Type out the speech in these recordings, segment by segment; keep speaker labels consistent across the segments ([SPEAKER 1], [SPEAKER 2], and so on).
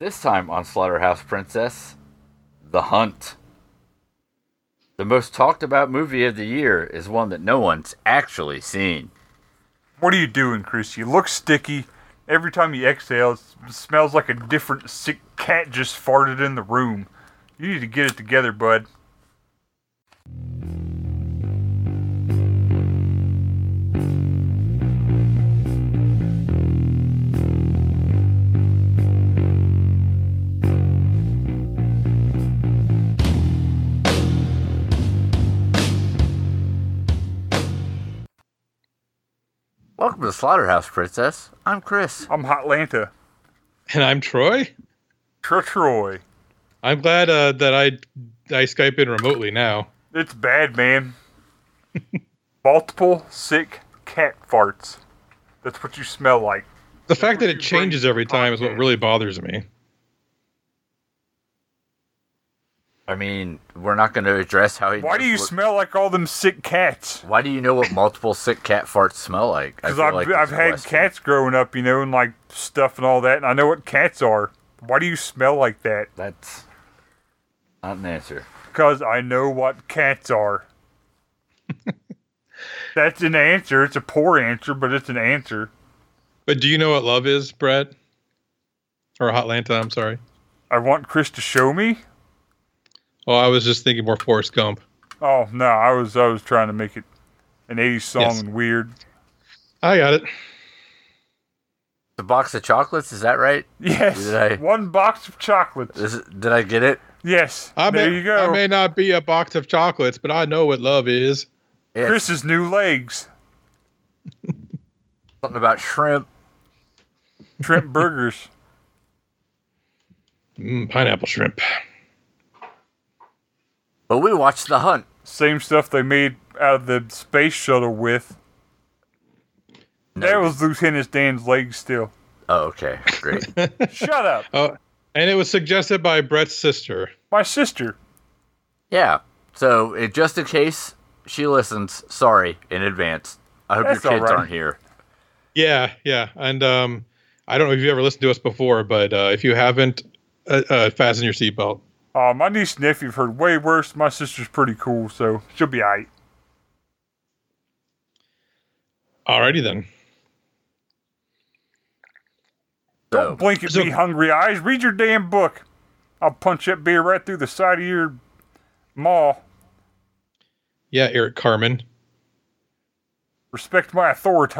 [SPEAKER 1] This time on Slaughterhouse Princess, The Hunt. The most talked about movie of the year is one that no one's actually seen.
[SPEAKER 2] What are you doing, Chris? You look sticky. Every time you exhale, it smells like a different sick cat just farted in the room. You need to get it together, bud.
[SPEAKER 1] Welcome to Slaughterhouse Princess. I'm Chris.
[SPEAKER 2] I'm Hotlanta.
[SPEAKER 3] And I'm Troy.
[SPEAKER 2] Troy.
[SPEAKER 3] I'm glad uh, that I I Skype in remotely now.
[SPEAKER 2] It's bad, man. Multiple sick cat farts. That's what you smell like.
[SPEAKER 3] The fact that it changes every time is what really bothers me.
[SPEAKER 1] I mean, we're not going to address how he.
[SPEAKER 2] Why do
[SPEAKER 1] knows
[SPEAKER 2] you
[SPEAKER 1] what-
[SPEAKER 2] smell like all them sick cats?
[SPEAKER 1] Why do you know what multiple sick cat farts smell like? I
[SPEAKER 2] Because
[SPEAKER 1] feel
[SPEAKER 2] I've,
[SPEAKER 1] like
[SPEAKER 2] I've
[SPEAKER 1] it's a
[SPEAKER 2] had
[SPEAKER 1] question.
[SPEAKER 2] cats growing up, you know, and like stuff and all that, and I know what cats are. Why do you smell like that?
[SPEAKER 1] That's not an answer.
[SPEAKER 2] Because I know what cats are. That's an answer. It's a poor answer, but it's an answer.
[SPEAKER 3] But do you know what love is, Brett? Or Hotlanta, I'm sorry.
[SPEAKER 2] I want Chris to show me.
[SPEAKER 3] Oh, I was just thinking more Forrest Gump.
[SPEAKER 2] Oh no, I was I was trying to make it an 80s song
[SPEAKER 3] Yes.
[SPEAKER 2] and weird.
[SPEAKER 3] I got it.
[SPEAKER 1] The box of chocolates is that right?
[SPEAKER 2] Yes.
[SPEAKER 1] Did I-
[SPEAKER 2] One box of chocolates.
[SPEAKER 1] Is it, did I get it?
[SPEAKER 2] Yes.
[SPEAKER 3] I
[SPEAKER 2] there
[SPEAKER 3] may,
[SPEAKER 2] you go.
[SPEAKER 3] I may not be a box of chocolates, but I know what love is.
[SPEAKER 1] Yeah,
[SPEAKER 2] Chris's new legs.
[SPEAKER 1] something about shrimp.
[SPEAKER 2] Shrimp burgers.
[SPEAKER 3] Mm, pineapple shrimp.
[SPEAKER 1] But we watched The Hunt.
[SPEAKER 2] Same stuff they made out of the space shuttle with. There was Lieutenant Dan's legs still.
[SPEAKER 1] Oh, okay, great.
[SPEAKER 2] Shut up.
[SPEAKER 3] Oh, and it was suggested by Brett's sister.
[SPEAKER 2] My sister.
[SPEAKER 1] yeah. So, it, just in case she listens, sorry in advance. I hope
[SPEAKER 2] That's
[SPEAKER 1] your kids
[SPEAKER 2] all right.
[SPEAKER 1] aren't here.
[SPEAKER 3] Yeah, yeah. And um, I don't know if you've ever listened to us before, but uh, if you haven't, uh, uh, fasten your seatbelt.
[SPEAKER 2] Uh, my niece and nephew have heard way worse. My sister's pretty cool, so she'll be alright.
[SPEAKER 3] Alrighty then.
[SPEAKER 1] So,
[SPEAKER 2] Blink at
[SPEAKER 3] So-
[SPEAKER 2] me, hungry eyes. Read your damn book. I'll punch that beer right through the side of your maw.
[SPEAKER 3] Yeah, Eric Carmen.
[SPEAKER 2] Respect my authority.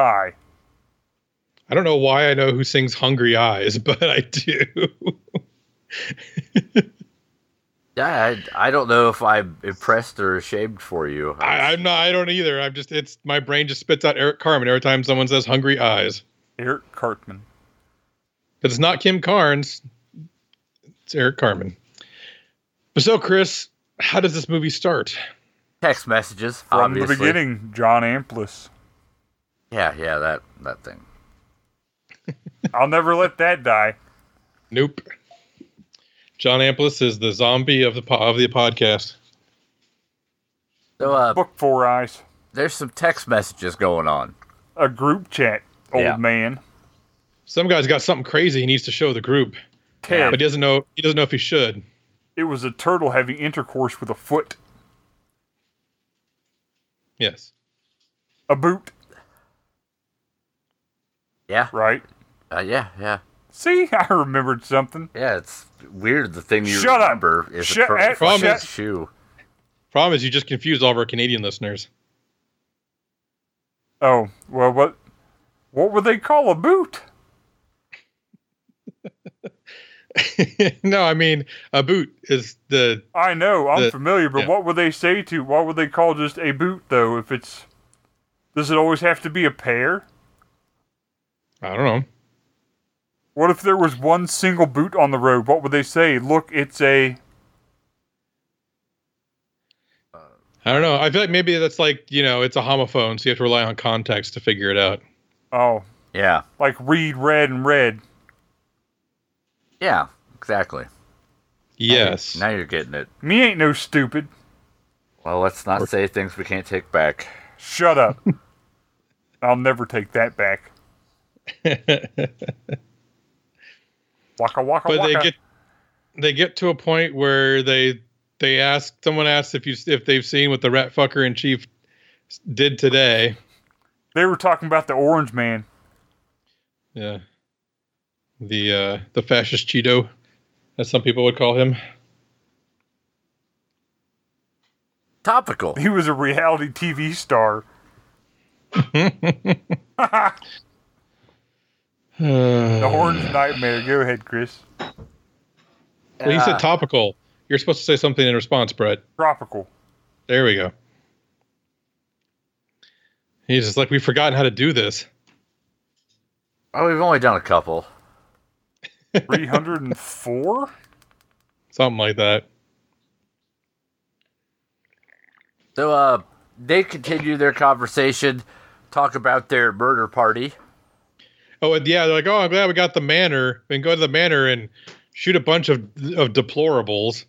[SPEAKER 3] I don't know why I know who sings Hungry Eyes, but I do.
[SPEAKER 1] yeah, I, I don't know if I'm impressed or ashamed for you.
[SPEAKER 3] I, I'm not. I don't either. I'm just. It's my brain just spits out Eric Carmen every time someone says Hungry Eyes.
[SPEAKER 2] Eric Cartman.
[SPEAKER 3] But it's not Kim Carnes. It's Eric Carmen. But so, Chris, how does this movie start?
[SPEAKER 1] Text messages
[SPEAKER 2] From
[SPEAKER 1] obviously.
[SPEAKER 2] the beginning, John Amplis.
[SPEAKER 1] Yeah, yeah, that that thing.
[SPEAKER 2] I'll never let that die.
[SPEAKER 3] Nope. John Amplis is the zombie of the po- of the podcast.
[SPEAKER 1] So, uh,
[SPEAKER 2] Book Four Eyes.
[SPEAKER 1] there's some text messages going on.
[SPEAKER 2] A group chat, old
[SPEAKER 1] Yeah.
[SPEAKER 2] man.
[SPEAKER 3] Some guy's got something crazy he needs to show the group,
[SPEAKER 2] Ted,
[SPEAKER 3] but he doesn't know. He doesn't know if he should.
[SPEAKER 2] it was a turtle having intercourse with a foot,
[SPEAKER 3] Yes.
[SPEAKER 2] a boot,
[SPEAKER 1] Yeah,
[SPEAKER 2] right?
[SPEAKER 1] uh, yeah, yeah,
[SPEAKER 2] See, I remembered something.
[SPEAKER 1] yeah. It's weird. The thing you
[SPEAKER 2] Shut up.
[SPEAKER 1] remember is
[SPEAKER 2] Shut-
[SPEAKER 1] a turtle
[SPEAKER 2] eh,
[SPEAKER 1] fucking
[SPEAKER 3] shut-
[SPEAKER 1] shoe.
[SPEAKER 3] Problem is, you just confused all of our Canadian listeners.
[SPEAKER 2] Oh, well, what What would they call a boot?
[SPEAKER 3] no, I mean a boot is the
[SPEAKER 2] I know, I'm
[SPEAKER 3] The-
[SPEAKER 2] familiar, but
[SPEAKER 3] yeah.
[SPEAKER 2] what would they say to, what would they call just a boot, though, if it's, does it always have to be a pair?
[SPEAKER 3] I don't know.
[SPEAKER 2] What if there was one single boot on the road? What would they say? Look, it's a,
[SPEAKER 3] I don't know. I feel like maybe that's like you know it's a homophone, so you have to rely on context to figure it out.
[SPEAKER 2] oh,
[SPEAKER 1] Yeah,
[SPEAKER 2] like read red and red.
[SPEAKER 1] yeah, exactly.
[SPEAKER 3] Yes.
[SPEAKER 1] Now you're getting it.
[SPEAKER 2] Me ain't no stupid.
[SPEAKER 1] Well, let's not say things we can't take back.
[SPEAKER 2] Shut up. I'll never take that back. Waka waka
[SPEAKER 3] but
[SPEAKER 2] waka.
[SPEAKER 3] they get they get to a point where they they ask someone asks if you if they've seen what the rat fucker in chief did today.
[SPEAKER 2] they were talking about the orange man.
[SPEAKER 3] Yeah. The uh the fascist Cheeto, as some people would call him.
[SPEAKER 1] Topical.
[SPEAKER 2] He was a reality TV star.
[SPEAKER 3] Uh.
[SPEAKER 2] The orange nightmare. Go ahead, Chris.
[SPEAKER 3] Well, you
[SPEAKER 1] Uh,
[SPEAKER 3] said topical. You're supposed to say something in response, Brett.
[SPEAKER 2] Tropical.
[SPEAKER 3] There we go. He's just like we've forgotten how to do this.
[SPEAKER 1] oh, we've only done a couple.
[SPEAKER 2] 304?
[SPEAKER 3] Something like that.
[SPEAKER 1] So uh, they continue their conversation, talk about their murder party.
[SPEAKER 3] Oh and yeah, they're like, oh, I'm glad we got the manor. We can go to the manor and shoot a bunch of of deplorables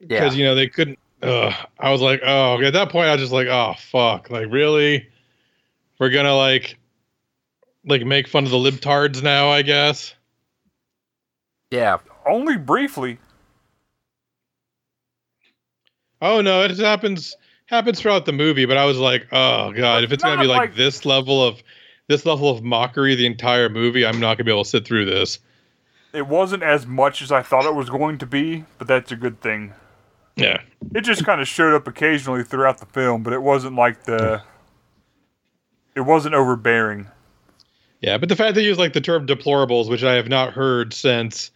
[SPEAKER 1] Yeah,
[SPEAKER 3] because you know they couldn't. Ugh. I was like, oh, at that point, I was just like, oh, fuck, like really, we're gonna like, like make fun of the libtards now, I guess.
[SPEAKER 1] yeah.
[SPEAKER 2] Only briefly.
[SPEAKER 3] Oh no, it just happens happens throughout the movie, but I was like, oh god, if it's gonna be
[SPEAKER 2] not
[SPEAKER 3] like
[SPEAKER 2] like-
[SPEAKER 3] this level of this level of mockery the entire movie, I'm not gonna be able to sit through this.
[SPEAKER 2] It wasn't as much as I thought it was going to be, but that's a good thing.
[SPEAKER 3] Yeah.
[SPEAKER 2] It just kind of showed up occasionally throughout the film, but it wasn't like the. It wasn't overbearing.
[SPEAKER 3] Yeah, but the fact that you use like the term deplorables, which I have not heard since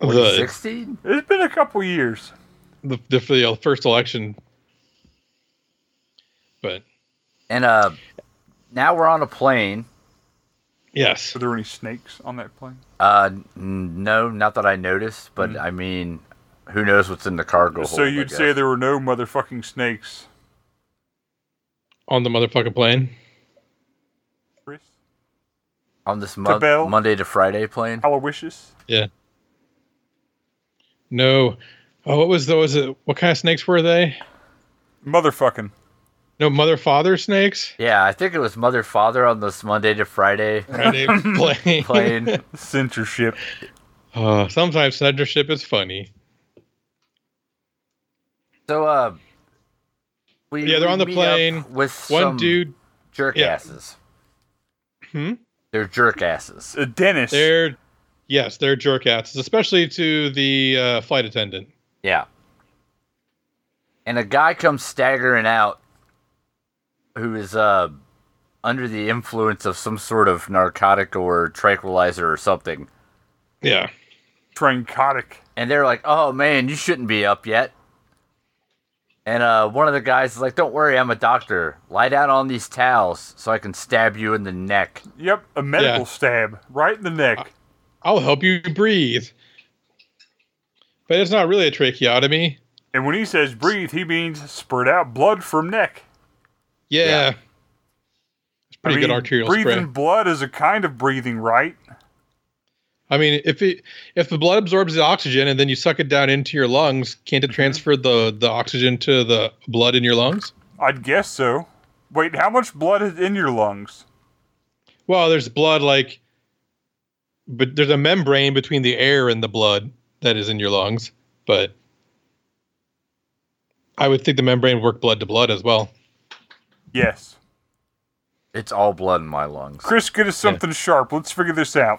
[SPEAKER 3] the,
[SPEAKER 1] Sixteen.
[SPEAKER 2] It's been a couple years.
[SPEAKER 3] the, the, the uh, first election. But
[SPEAKER 1] And uh, now we're on a plane.
[SPEAKER 3] yes.
[SPEAKER 2] Were there any snakes on that plane?
[SPEAKER 1] Uh, n- no, not that I noticed, but
[SPEAKER 3] Mm-hmm.
[SPEAKER 1] I mean, who knows what's in the cargo
[SPEAKER 2] so
[SPEAKER 1] hold, I
[SPEAKER 2] you'd
[SPEAKER 1] guess.
[SPEAKER 2] say there were no motherfucking snakes,
[SPEAKER 3] On the motherfucking plane.
[SPEAKER 2] Chris?
[SPEAKER 1] on this mon-
[SPEAKER 2] Bell?
[SPEAKER 1] Monday to Friday plane?
[SPEAKER 2] Aloysius?
[SPEAKER 3] Yeah. No. Oh, what was those? uh, What kind of snakes were they?
[SPEAKER 2] Motherfucking.
[SPEAKER 3] No, mother father snakes.
[SPEAKER 1] Yeah, I think it was mother father on this Monday to Friday
[SPEAKER 3] Friday plane.
[SPEAKER 1] plane.
[SPEAKER 2] Censorship.
[SPEAKER 3] Uh, sometimes censorship is funny.
[SPEAKER 1] so uh, we
[SPEAKER 3] Yeah, they're on the
[SPEAKER 1] meet up
[SPEAKER 3] plane.
[SPEAKER 1] with
[SPEAKER 3] One
[SPEAKER 1] some
[SPEAKER 3] dude,
[SPEAKER 1] jerk
[SPEAKER 3] yeah.
[SPEAKER 1] asses.
[SPEAKER 3] Hmm?
[SPEAKER 1] They're jerk asses.
[SPEAKER 2] Uh, Dennis.
[SPEAKER 3] they're yes, they're jerk asses, especially to the uh, flight attendant.
[SPEAKER 1] Yeah. And a guy comes staggering out who is uh under the influence of some sort of narcotic or tranquilizer or something.
[SPEAKER 3] Yeah,
[SPEAKER 2] Trancotic.
[SPEAKER 1] And they're like, "Oh man, you shouldn't be up yet." And uh one of the guys is like, "Don't worry, I'm a doctor. Lie down on these towels so I can stab you in the neck."
[SPEAKER 2] Yep, a medical
[SPEAKER 3] Yeah.
[SPEAKER 2] stab right in the neck.
[SPEAKER 3] I'll help you breathe. But it's not really a tracheotomy.
[SPEAKER 2] And when he says breathe, he means spread out blood from neck.
[SPEAKER 3] Yeah,
[SPEAKER 1] Yeah.
[SPEAKER 3] it's pretty good
[SPEAKER 2] mean,
[SPEAKER 3] arterial
[SPEAKER 2] breathing
[SPEAKER 3] spray.
[SPEAKER 2] blood is a kind of breathing, right?
[SPEAKER 3] I mean, if it if the blood absorbs the oxygen and then you suck it down into your lungs, can't it
[SPEAKER 2] Mm-hmm.
[SPEAKER 3] transfer the the oxygen to the blood in your lungs?
[SPEAKER 2] I'd guess so. Wait, how much blood is in your lungs?
[SPEAKER 3] Well, there's blood like, but there's a membrane between the air and the blood that is in your lungs. But I would think the membrane would work blood to blood as well.
[SPEAKER 2] Yes.
[SPEAKER 1] It's all blood in my lungs.
[SPEAKER 2] Chris, get us something sharp. Let's figure this out.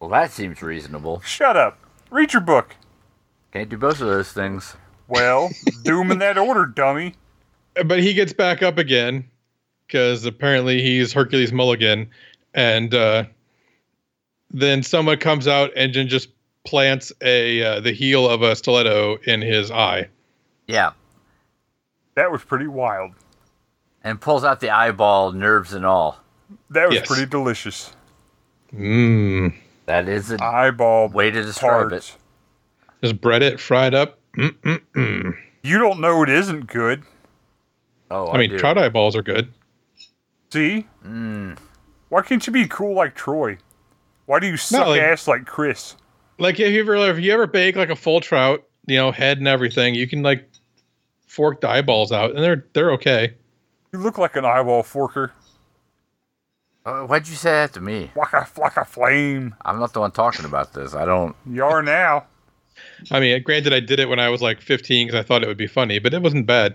[SPEAKER 1] Well, that seems reasonable.
[SPEAKER 2] Shut up. Read your book.
[SPEAKER 1] Can't do both of those things.
[SPEAKER 2] Well, do 'em in that order, dummy.
[SPEAKER 3] But he gets back up again because apparently he's Hercules Mulligan, and uh, then someone comes out and then just plants a uh, the heel of a stiletto in his eye.
[SPEAKER 1] Yeah.
[SPEAKER 2] That was pretty wild.
[SPEAKER 1] And pulls out the eyeball, nerves and all.
[SPEAKER 2] That was
[SPEAKER 3] Yes.
[SPEAKER 2] pretty delicious.
[SPEAKER 3] Mmm.
[SPEAKER 1] That is a
[SPEAKER 2] Eyeball
[SPEAKER 1] way to describe
[SPEAKER 2] parts.
[SPEAKER 3] Just bread it, fried up. Mm-mm-mm.
[SPEAKER 2] You don't know it isn't good.
[SPEAKER 1] it. Oh, I,
[SPEAKER 3] I mean,
[SPEAKER 1] do.
[SPEAKER 3] trout eyeballs are good.
[SPEAKER 2] See?
[SPEAKER 1] Hmm.
[SPEAKER 2] Why can't you be cool like Troy? Why do you suck
[SPEAKER 3] like-
[SPEAKER 2] ass like Chris?
[SPEAKER 3] like if you ever if you ever bake like a full trout, you know, head and everything, you can like fork the eyeballs out, and they're they're okay.
[SPEAKER 2] You look like an eyeball forker.
[SPEAKER 1] Uh, why'd you say that to me?
[SPEAKER 2] Waka flocka flame.
[SPEAKER 1] I'm not the one talking about this. I don't.
[SPEAKER 2] You are now.
[SPEAKER 3] I mean, granted, I did it when I was like 15 because I thought it would be funny, but it wasn't bad.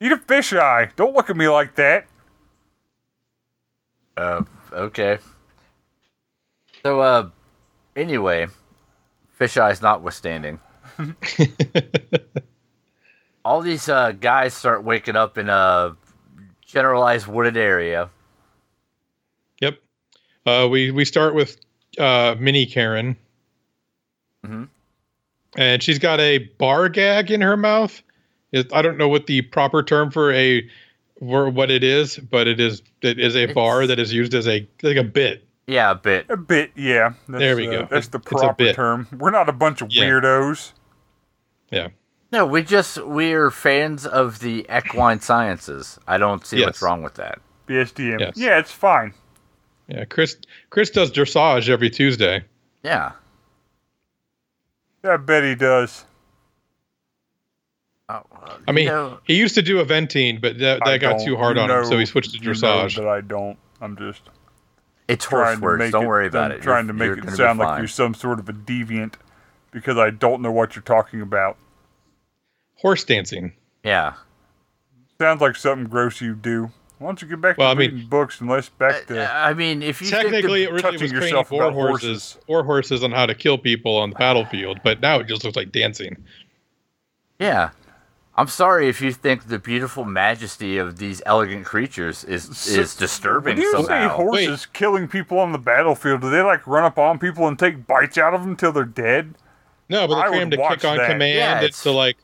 [SPEAKER 2] Eat a fisheye. Don't look at me like that.
[SPEAKER 1] Uh, okay. So, uh, anyway, fisheyes notwithstanding, all these uh, guys start waking up in a generalized wooded area.
[SPEAKER 3] Yep. Uh, we we start with uh, Mini Karen,
[SPEAKER 1] Mhm.
[SPEAKER 3] and she's got a bar gag in her mouth. It, I don't know what the proper term for a for what it is, but it is it is a bar
[SPEAKER 1] It's-
[SPEAKER 3] that is used as a like a bit.
[SPEAKER 1] Yeah, a bit.
[SPEAKER 2] A bit, yeah. That's,
[SPEAKER 3] There we
[SPEAKER 2] uh,
[SPEAKER 3] go.
[SPEAKER 2] That's the
[SPEAKER 3] It's a
[SPEAKER 2] proper
[SPEAKER 3] bit.
[SPEAKER 2] term. We're not a bunch of
[SPEAKER 3] Yeah.
[SPEAKER 2] weirdos.
[SPEAKER 3] Yeah.
[SPEAKER 1] No, we just we're fans of the equine sciences. I don't see what's
[SPEAKER 3] Yes.
[SPEAKER 1] wrong with that.
[SPEAKER 2] BSDM.
[SPEAKER 3] Yes.
[SPEAKER 2] Yeah, it's fine.
[SPEAKER 3] Yeah, Chris Chris does dressage every Tuesday.
[SPEAKER 1] Yeah.
[SPEAKER 2] I bet he does.
[SPEAKER 1] Oh, well,
[SPEAKER 3] I mean,
[SPEAKER 1] you know,
[SPEAKER 3] he used to do Aventine, but that,
[SPEAKER 2] I
[SPEAKER 3] that got
[SPEAKER 2] don't-
[SPEAKER 3] too hard
[SPEAKER 2] you
[SPEAKER 3] on him, so
[SPEAKER 2] know-
[SPEAKER 3] he switched to
[SPEAKER 2] you know
[SPEAKER 3] dressage.
[SPEAKER 2] That I don't. I'm just
[SPEAKER 1] it's
[SPEAKER 2] trying
[SPEAKER 1] horse
[SPEAKER 2] to
[SPEAKER 1] words.
[SPEAKER 2] make
[SPEAKER 1] Don't
[SPEAKER 2] it,
[SPEAKER 1] worry about
[SPEAKER 2] I'm
[SPEAKER 1] it.
[SPEAKER 2] Trying
[SPEAKER 1] You're-
[SPEAKER 2] to
[SPEAKER 1] you're
[SPEAKER 2] make it
[SPEAKER 1] gonna be
[SPEAKER 2] sound like
[SPEAKER 1] fine.
[SPEAKER 2] you're some sort of a deviant because I don't know what you're talking about.
[SPEAKER 3] Horse dancing.
[SPEAKER 1] Yeah.
[SPEAKER 2] Sounds like something gross you do. Why don't you get back
[SPEAKER 3] Well,
[SPEAKER 2] to
[SPEAKER 3] I mean-
[SPEAKER 2] reading books and less back to
[SPEAKER 1] Uh, I mean, if you think the-
[SPEAKER 3] Technically, it
[SPEAKER 2] touching
[SPEAKER 3] really was training
[SPEAKER 2] yourself
[SPEAKER 3] war
[SPEAKER 2] about
[SPEAKER 3] horses,
[SPEAKER 2] horses.
[SPEAKER 3] war horses on how to kill people on the battlefield, but now it just looks like dancing.
[SPEAKER 1] Yeah. I'm sorry if you think the beautiful majesty of these elegant creatures is is disturbing
[SPEAKER 2] When you say
[SPEAKER 1] somehow.
[SPEAKER 2] horses killing people on the battlefield, do they like run up on people and take bites out of them till they're dead?
[SPEAKER 3] No, but
[SPEAKER 2] I
[SPEAKER 3] they're
[SPEAKER 2] would
[SPEAKER 3] trained to
[SPEAKER 2] watch
[SPEAKER 3] kick on
[SPEAKER 2] that.
[SPEAKER 3] command.
[SPEAKER 1] Yeah,
[SPEAKER 3] and
[SPEAKER 1] it's-
[SPEAKER 3] to like.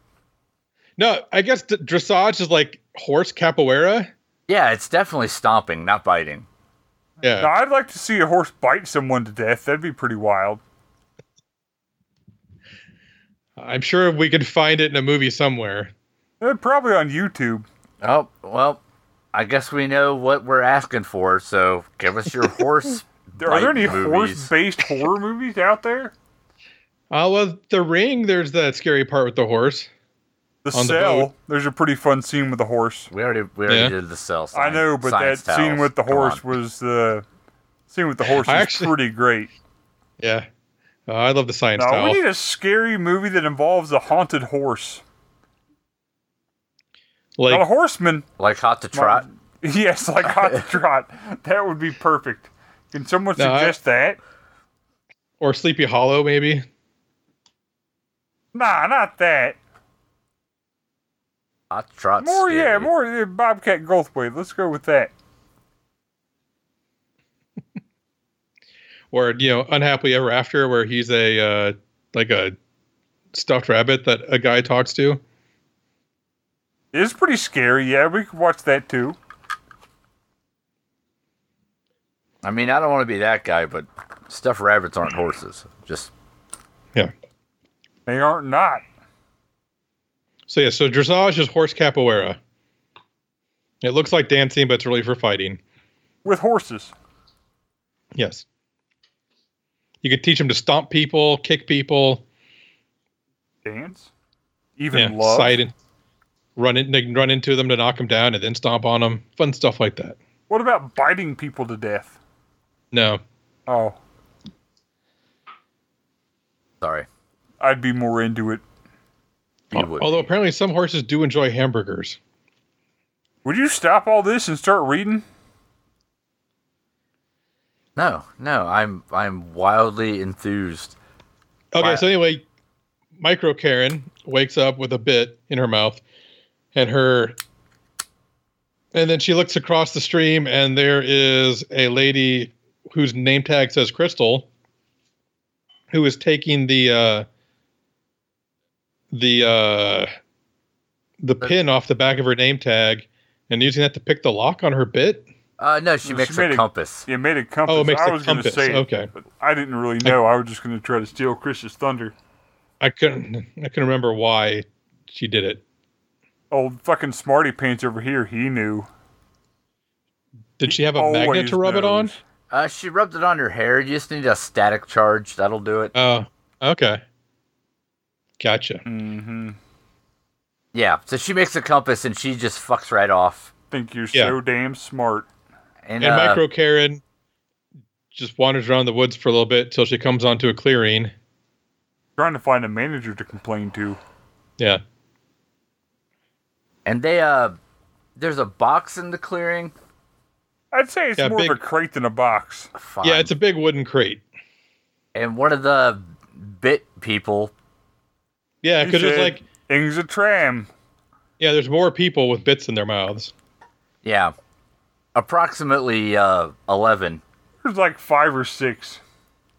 [SPEAKER 3] No, I guess d- dressage is like horse capoeira.
[SPEAKER 1] yeah, it's definitely stomping, not biting.
[SPEAKER 2] Now,
[SPEAKER 3] Yeah,
[SPEAKER 2] I'd like to see a horse bite someone to death. That'd be pretty wild.
[SPEAKER 3] I'm sure we could find it in a movie somewhere.
[SPEAKER 2] Eh, probably on YouTube.
[SPEAKER 1] Oh, well, I guess we know what we're asking for, so give us your horse.
[SPEAKER 2] There, are there
[SPEAKER 1] bite
[SPEAKER 2] any
[SPEAKER 1] movies.
[SPEAKER 2] horse-based horror movies out there?
[SPEAKER 3] Oh well, the ring. There's that scary part with the horse.
[SPEAKER 2] The
[SPEAKER 3] On the
[SPEAKER 2] Cell.
[SPEAKER 3] boat.
[SPEAKER 2] there's a pretty fun scene with the horse.
[SPEAKER 1] We already we already
[SPEAKER 3] Yeah.
[SPEAKER 1] did the cell.
[SPEAKER 2] I
[SPEAKER 1] science-
[SPEAKER 2] know, but that
[SPEAKER 1] science
[SPEAKER 2] scene
[SPEAKER 1] towels.
[SPEAKER 2] with the
[SPEAKER 1] Come
[SPEAKER 2] horse
[SPEAKER 1] on.
[SPEAKER 2] was the scene with the horse
[SPEAKER 3] I
[SPEAKER 2] was
[SPEAKER 3] actually-
[SPEAKER 2] pretty great.
[SPEAKER 3] Yeah, Uh, I love the science
[SPEAKER 2] No, we
[SPEAKER 3] towel.
[SPEAKER 2] need a scary movie that involves a haunted horse.
[SPEAKER 3] like
[SPEAKER 2] Not a horseman.
[SPEAKER 1] like hot to trot.
[SPEAKER 2] Yes, like hot to trot. That would be perfect. Can someone
[SPEAKER 3] No, I-
[SPEAKER 2] suggest that?
[SPEAKER 3] or Sleepy Hollow, maybe.
[SPEAKER 2] Nah, not that.
[SPEAKER 1] Hot to trot.
[SPEAKER 2] More, yeah,
[SPEAKER 1] scary.
[SPEAKER 2] more uh, Bobcat Goldthwait. Let's go with that.
[SPEAKER 3] or you know unhappily ever after where he's a uh, like a stuffed rabbit that a guy talks to
[SPEAKER 2] It's pretty scary. Yeah, we could watch that too.
[SPEAKER 1] I mean, I don't want to be that guy, but stuffed rabbits aren't horses. Just
[SPEAKER 3] yeah
[SPEAKER 2] They aren't not.
[SPEAKER 3] so yeah so dressage is horse capoeira it looks like dancing but it's really for fighting
[SPEAKER 2] With horses.
[SPEAKER 3] yes you could teach him to stomp people kick people
[SPEAKER 2] Dance. Even
[SPEAKER 3] yeah,
[SPEAKER 2] love.
[SPEAKER 3] side in- run in, run into them to knock them down and then stomp on them fun stuff like that
[SPEAKER 2] What about biting people to death?
[SPEAKER 3] no
[SPEAKER 2] Oh,
[SPEAKER 1] sorry.
[SPEAKER 2] I'd be more into it.
[SPEAKER 1] You would.
[SPEAKER 3] although apparently some horses do enjoy hamburgers
[SPEAKER 2] Would you stop all this and start reading?
[SPEAKER 1] No, no, I'm I'm wildly enthused.
[SPEAKER 3] Okay,
[SPEAKER 1] Why-
[SPEAKER 3] so anyway, Micro Karen wakes up with a bit in her mouth, and her, and then she looks across the stream, and there is a lady whose name tag says Crystal, who is taking the uh, the uh, the pin off the back of her name tag, and using that to pick the lock on her bit.
[SPEAKER 1] Uh, no, she
[SPEAKER 2] She
[SPEAKER 1] makes
[SPEAKER 2] made
[SPEAKER 1] a
[SPEAKER 2] a-
[SPEAKER 1] compass.
[SPEAKER 2] You made a compass.
[SPEAKER 3] Oh, it makes
[SPEAKER 2] I
[SPEAKER 3] the
[SPEAKER 2] was
[SPEAKER 3] compass,
[SPEAKER 2] gonna say it,
[SPEAKER 3] okay.
[SPEAKER 2] but I didn't really know. I was just gonna try to steal Chris's thunder.
[SPEAKER 3] I couldn't I couldn't remember why she did it.
[SPEAKER 2] Old fucking smarty pants over here. He knew.
[SPEAKER 3] Did she have a magnet
[SPEAKER 2] Always
[SPEAKER 3] to rub it on?
[SPEAKER 2] knows.
[SPEAKER 1] Uh, she rubbed it on her hair. You just need a static charge. That'll do it.
[SPEAKER 3] Oh, okay. Gotcha.
[SPEAKER 2] Mm-hmm.
[SPEAKER 1] Yeah. So she makes a compass and she just fucks right off.
[SPEAKER 2] Think you're
[SPEAKER 3] Yeah.
[SPEAKER 2] so damn smart.
[SPEAKER 1] And,
[SPEAKER 3] And
[SPEAKER 1] uh,
[SPEAKER 3] Micro Karen just wanders around the woods for a little bit till she comes onto a clearing.
[SPEAKER 2] Trying to find a manager to complain to.
[SPEAKER 3] Yeah.
[SPEAKER 1] and they uh, there's a box in the clearing.
[SPEAKER 2] I'd say it's
[SPEAKER 3] Yeah,
[SPEAKER 2] more
[SPEAKER 3] big-
[SPEAKER 2] of a crate than a box.
[SPEAKER 1] Fine.
[SPEAKER 3] Yeah, it's a big wooden crate.
[SPEAKER 1] and one of the bit people.
[SPEAKER 3] Yeah,
[SPEAKER 2] He
[SPEAKER 3] because there's
[SPEAKER 2] said,
[SPEAKER 3] like
[SPEAKER 2] "Thing's a tram.
[SPEAKER 3] yeah, there's more people with bits in their mouths.
[SPEAKER 1] Yeah, approximately uh, eleven.
[SPEAKER 2] There's like five or six.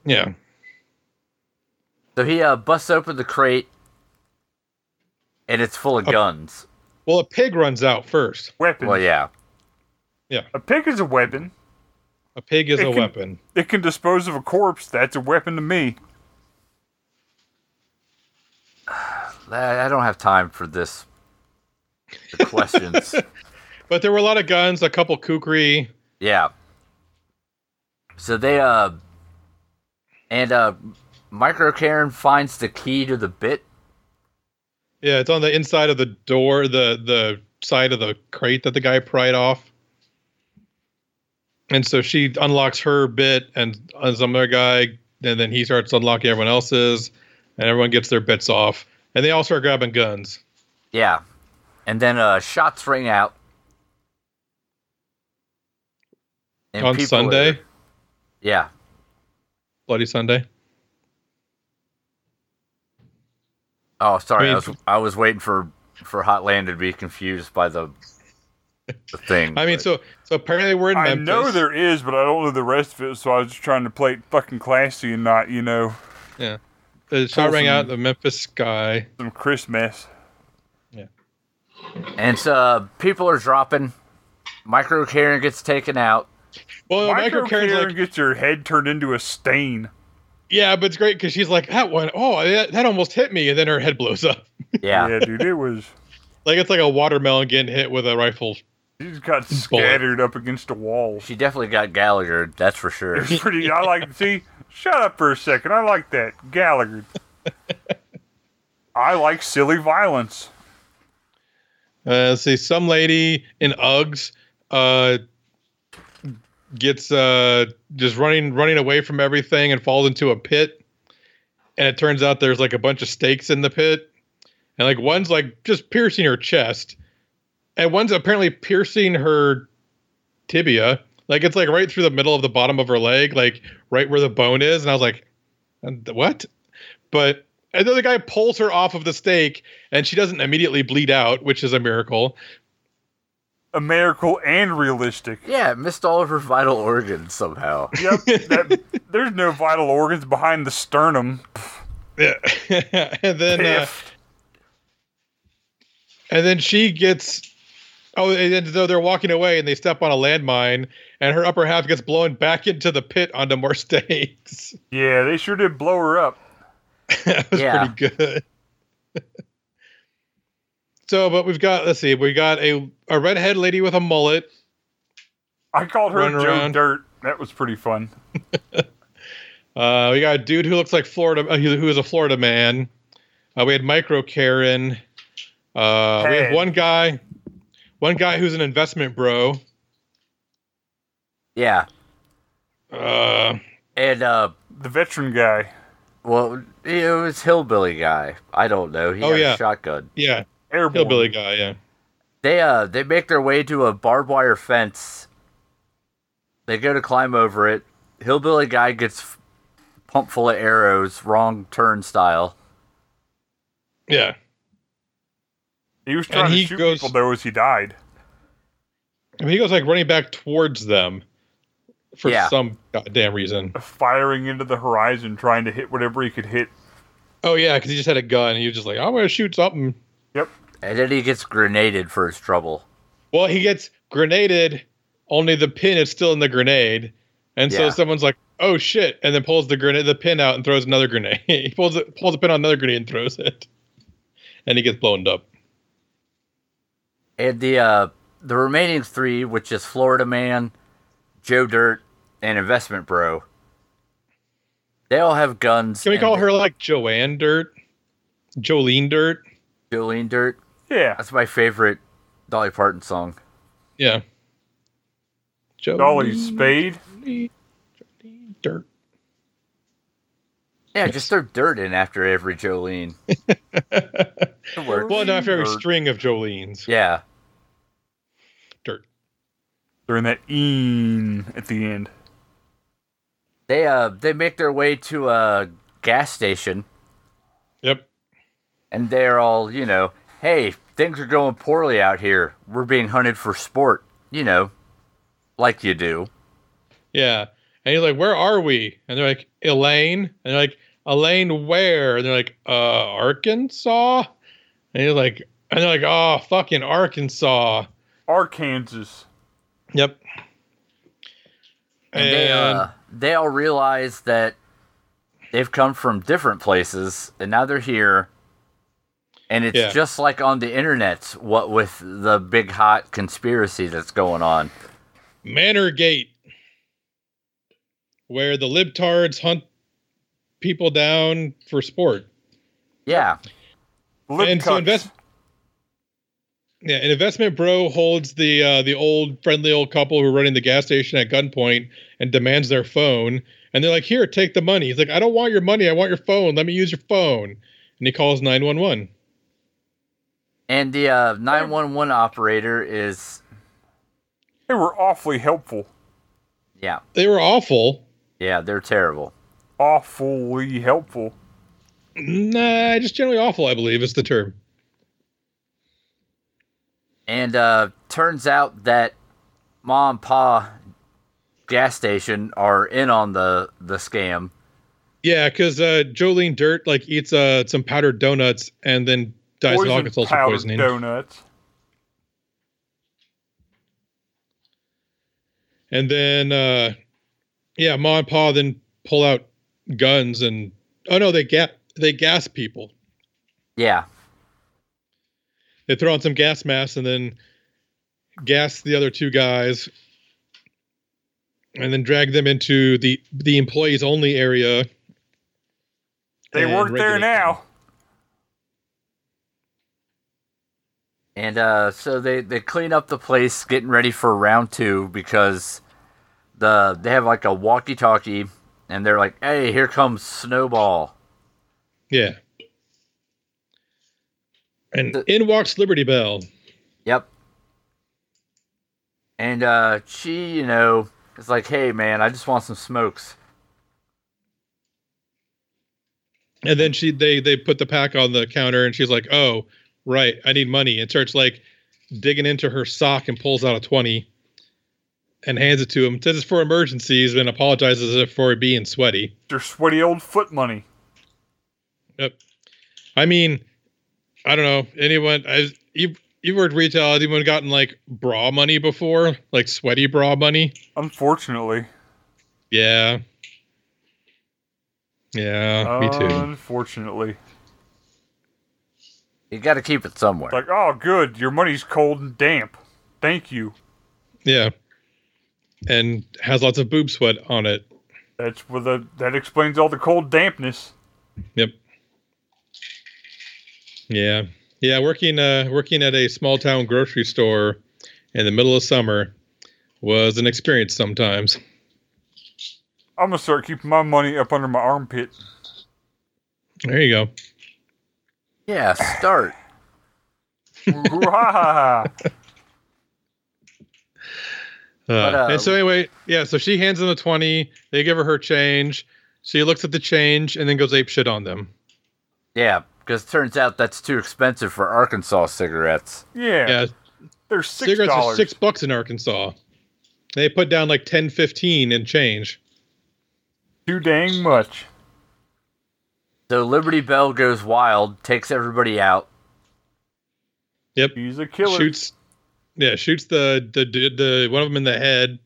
[SPEAKER 2] Hmm.
[SPEAKER 3] Yeah.
[SPEAKER 1] So he uh, busts open the crate, and it's full
[SPEAKER 3] Oh.
[SPEAKER 1] of guns.
[SPEAKER 3] Well, a pig runs out first.
[SPEAKER 2] Weapons.
[SPEAKER 1] Well, yeah,
[SPEAKER 2] A pig is a weapon.
[SPEAKER 3] A pig is
[SPEAKER 2] It
[SPEAKER 3] a
[SPEAKER 2] can-
[SPEAKER 3] weapon.
[SPEAKER 2] It can dispose of a corpse. That's a weapon to me.
[SPEAKER 1] I I don't have time for this. The questions.
[SPEAKER 3] But there were a lot of guns, a couple kukri.
[SPEAKER 1] yeah. So they uh, and uh, Micro Karen finds the key to the bit.
[SPEAKER 3] Yeah, it's on the inside of the door, the the side of the crate that the guy pried off. And so she unlocks her bit and uh, some other guy, and then he starts unlocking everyone else's, and everyone gets their bits off. And they all start grabbing guns.
[SPEAKER 1] Yeah, and then uh, shots ring out. And
[SPEAKER 3] on
[SPEAKER 1] people are-
[SPEAKER 3] Sunday,
[SPEAKER 1] yeah,
[SPEAKER 3] Bloody Sunday.
[SPEAKER 1] Oh, sorry. I,
[SPEAKER 3] I mean-
[SPEAKER 1] was I was waiting for for Hotland to be confused by the the thing.
[SPEAKER 3] I mean,
[SPEAKER 1] but-
[SPEAKER 3] so so apparently we're in
[SPEAKER 2] I
[SPEAKER 3] Memphis.
[SPEAKER 2] know there is, but I don't know the rest of it, so I was just trying to play it fucking classy and not, you know,
[SPEAKER 3] the shot rang
[SPEAKER 2] Folsom.
[SPEAKER 3] out in the Memphis sky.
[SPEAKER 2] some Christmas.
[SPEAKER 1] and so uh, people are dropping. Micro Karen gets taken out.
[SPEAKER 3] Well,
[SPEAKER 2] Micro
[SPEAKER 3] Micro Karen's
[SPEAKER 2] Karen
[SPEAKER 3] like,
[SPEAKER 2] gets your head turned into a stain.
[SPEAKER 3] yeah, but it's great because she's like, that one, oh, that, that almost hit me, and then her head blows up.
[SPEAKER 1] Yeah,
[SPEAKER 2] yeah dude, it was.
[SPEAKER 3] Like it's like a watermelon getting hit with a rifle
[SPEAKER 2] He just got scattered up against a wall.
[SPEAKER 1] she definitely got Gallagher. That's for sure.
[SPEAKER 2] It's pretty. I like. See, shut up for a second. I like that Gallagher. I like silly violence.
[SPEAKER 3] Uh, let's see, some lady in Uggs uh, gets uh, just running running away from everything and falls into a pit. And it turns out there's like a bunch of stakes in the pit, and like one's like just piercing her chest, and one's apparently piercing her tibia. Like it's like right through the middle of the bottom of her leg, like right where the bone is. And I was like, "And th- what? But and then the guy pulls her off of the stake, and she doesn't immediately bleed out, which is a miracle.
[SPEAKER 2] A miracle and realistic.
[SPEAKER 1] Yeah, it missed all of her vital organs somehow.
[SPEAKER 2] Yep. That, there's no vital organs behind the sternum.
[SPEAKER 3] Yeah. and then uh, and then she gets oh and then so they're walking away and they step on a landmine and her upper half gets blown back into the pit onto more stakes.
[SPEAKER 2] Yeah, they sure did blow her up.
[SPEAKER 3] that was
[SPEAKER 1] Yeah.
[SPEAKER 3] pretty good. so but we've got let's see, we got a a redhead lady with a mullet.
[SPEAKER 2] I called her
[SPEAKER 3] Run
[SPEAKER 2] Joe
[SPEAKER 3] around.
[SPEAKER 2] Dirt. That was pretty fun.
[SPEAKER 3] Uh, we got a dude who looks like Florida, uh, who who is a Florida man. Uh, we had Micro Karen. Uh, we
[SPEAKER 2] Hey.
[SPEAKER 3] have one guy, one guy who's an investment bro.
[SPEAKER 1] Yeah,
[SPEAKER 3] Uh,
[SPEAKER 1] and uh,
[SPEAKER 2] The veteran guy.
[SPEAKER 1] well, it was hillbilly guy. I don't know. He
[SPEAKER 3] Oh,
[SPEAKER 1] had
[SPEAKER 3] yeah.
[SPEAKER 1] a shotgun.
[SPEAKER 3] yeah,
[SPEAKER 2] Airborne.
[SPEAKER 3] hillbilly guy. Yeah,
[SPEAKER 1] They uh they make their way to a barbed wire fence. They go to climb over it. Hillbilly guy gets f- pumped full of arrows, wrong turnstile.
[SPEAKER 3] yeah.
[SPEAKER 2] He was trying
[SPEAKER 3] he
[SPEAKER 2] to shoot
[SPEAKER 3] goes-
[SPEAKER 2] people though as he died.
[SPEAKER 3] I mean, he goes like running back towards them for
[SPEAKER 1] Yeah.
[SPEAKER 3] some goddamn reason.
[SPEAKER 2] Firing into the horizon, trying to hit whatever he could hit.
[SPEAKER 3] Oh yeah, because he just had a gun. And he was just like, I'm gonna shoot something.
[SPEAKER 2] Yep.
[SPEAKER 1] And then he gets grenaded for his trouble.
[SPEAKER 3] Well, he gets grenaded. Only the pin is still in the grenade, and so
[SPEAKER 1] Yeah.
[SPEAKER 3] someone's like, "Oh shit!" and then pulls the grenade, the pin out, and throws another grenade. he pulls it, pulls the pin on another grenade and throws it, and he gets blown up.
[SPEAKER 1] And the uh the remaining three, which is Florida Man, Joe Dirt, and Investment Bro, they all have guns.
[SPEAKER 3] Can we
[SPEAKER 1] and
[SPEAKER 3] call her like Joanne Dirt, Jolene Dirt?
[SPEAKER 1] Jolene Dirt?
[SPEAKER 2] Yeah.
[SPEAKER 1] That's my favorite Dolly Parton song.
[SPEAKER 3] Yeah, Joe.
[SPEAKER 2] Dolly Spade.
[SPEAKER 3] Dirt.
[SPEAKER 1] Yeah, just throw dirt in after every Jolene. It works.
[SPEAKER 3] Well, not for every
[SPEAKER 2] Dirt.
[SPEAKER 3] string of Jolene's.
[SPEAKER 1] Yeah.
[SPEAKER 3] Dirt.
[SPEAKER 2] Throwing that "een" at the end.
[SPEAKER 1] They uh they make their way to a gas station
[SPEAKER 3] Yep.
[SPEAKER 1] and they're all, you know, hey, things are going poorly out here. We're being hunted for sport, you know. Like you do.
[SPEAKER 3] Yeah. And you're like, where are we? And they're like, Elaine. And they're like, Elaine, where? And they're like, uh, Arkansas? And you're like, and they're like, oh, fucking Arkansas.
[SPEAKER 2] Arkansas.
[SPEAKER 3] Yep.
[SPEAKER 1] And they uh they all realize that they've come from different places and now they're here. And it's
[SPEAKER 3] Yeah.
[SPEAKER 1] just like on the internet, what with the big hot conspiracy that's going on.
[SPEAKER 3] Manor Gate, where the libtards hunt people down for sport.
[SPEAKER 1] Yeah.
[SPEAKER 2] Lip
[SPEAKER 3] And so
[SPEAKER 2] cuts.
[SPEAKER 3] invest- Yeah, an investment bro holds the uh, the old friendly old couple who are running the gas station at gunpoint and demands their phone. And they're like, "Here, take the money." He's like, "I don't want your money. I want your phone. Let me use your phone." And he calls nine one one.
[SPEAKER 1] And the uh, 911 operator is,
[SPEAKER 2] they were awfully helpful.
[SPEAKER 1] yeah,
[SPEAKER 3] They were awful.
[SPEAKER 1] yeah, they're terrible.
[SPEAKER 2] Awfully helpful.
[SPEAKER 3] Nah, just generally awful. I believe is the term.
[SPEAKER 1] And uh, turns out that mom, pa, gas station are in on the the scam.
[SPEAKER 3] Yeah, because uh, Jolene Dirt like eats uh, some powdered donuts and then dies of
[SPEAKER 2] Poison
[SPEAKER 3] alcohol
[SPEAKER 2] powdered
[SPEAKER 3] poisoning.
[SPEAKER 2] donuts.
[SPEAKER 3] And then, uh, yeah, Ma and Pa then pull out guns and oh no, they gas they gas people.
[SPEAKER 1] Yeah,
[SPEAKER 3] They throw on some gas masks and then gas the other two guys, and then drag them into the the employees only area.
[SPEAKER 2] They
[SPEAKER 3] and
[SPEAKER 2] work there
[SPEAKER 3] regulate
[SPEAKER 2] now.
[SPEAKER 1] and uh, so they they clean up the place, getting ready for round two because the they have like a walkie-talkie, and they're like, "Hey, here comes Snowball."
[SPEAKER 3] them. Yeah. And
[SPEAKER 1] The-
[SPEAKER 3] in walks Liberty Bell.
[SPEAKER 1] Yep. And uh, she, you know, is like, "Hey, man, I just want some smokes."
[SPEAKER 3] And then she they they put the pack on the counter and she's like, "Oh, right, I need money." And starts like digging into her sock and pulls out a 20 and hands it to him. Says it's for emergencies and apologizes for it being sweaty.
[SPEAKER 2] Their sweaty old foot money.
[SPEAKER 3] Yep. I mean, I don't know. Anyone I you you've worked retail, has anyone gotten like bra money before? Like sweaty bra money?
[SPEAKER 2] Unfortunately.
[SPEAKER 3] Yeah. Yeah, me
[SPEAKER 2] Um,
[SPEAKER 3] too.
[SPEAKER 2] Unfortunately.
[SPEAKER 1] You got to keep it somewhere.
[SPEAKER 2] Like, oh, good. Your money's cold and damp. Thank you.
[SPEAKER 3] Yeah. And has lots of boob sweat on it.
[SPEAKER 2] That's where the that explains all the cold dampness.
[SPEAKER 3] Yep. Yeah. Yeah, working uh working at a small town grocery store in the middle of summer was an experience sometimes.
[SPEAKER 2] I'm gonna start keeping my money up under my armpit.
[SPEAKER 3] There you go.
[SPEAKER 1] yeah, start.
[SPEAKER 2] Hoo-ha-ha-ha.
[SPEAKER 3] Uh,
[SPEAKER 1] But, uh,
[SPEAKER 3] and
[SPEAKER 2] um,
[SPEAKER 3] so anyway, yeah, so she hands them the 20, they give her her change. She looks at the change and then goes ape shit on them.
[SPEAKER 1] yeah, because turns out that's too expensive for Arkansas cigarettes.
[SPEAKER 2] yeah,
[SPEAKER 3] Yeah,
[SPEAKER 2] they're six
[SPEAKER 3] cigarettes are
[SPEAKER 2] dollars.
[SPEAKER 3] 6 bucks in Arkansas. They put down like 10 15 in change.
[SPEAKER 2] Too dang much.
[SPEAKER 1] So Liberty Bell goes wild, takes everybody out.
[SPEAKER 3] Yep.
[SPEAKER 2] He's a killer.
[SPEAKER 3] shoots yeah shoots the the the, the one of them in the head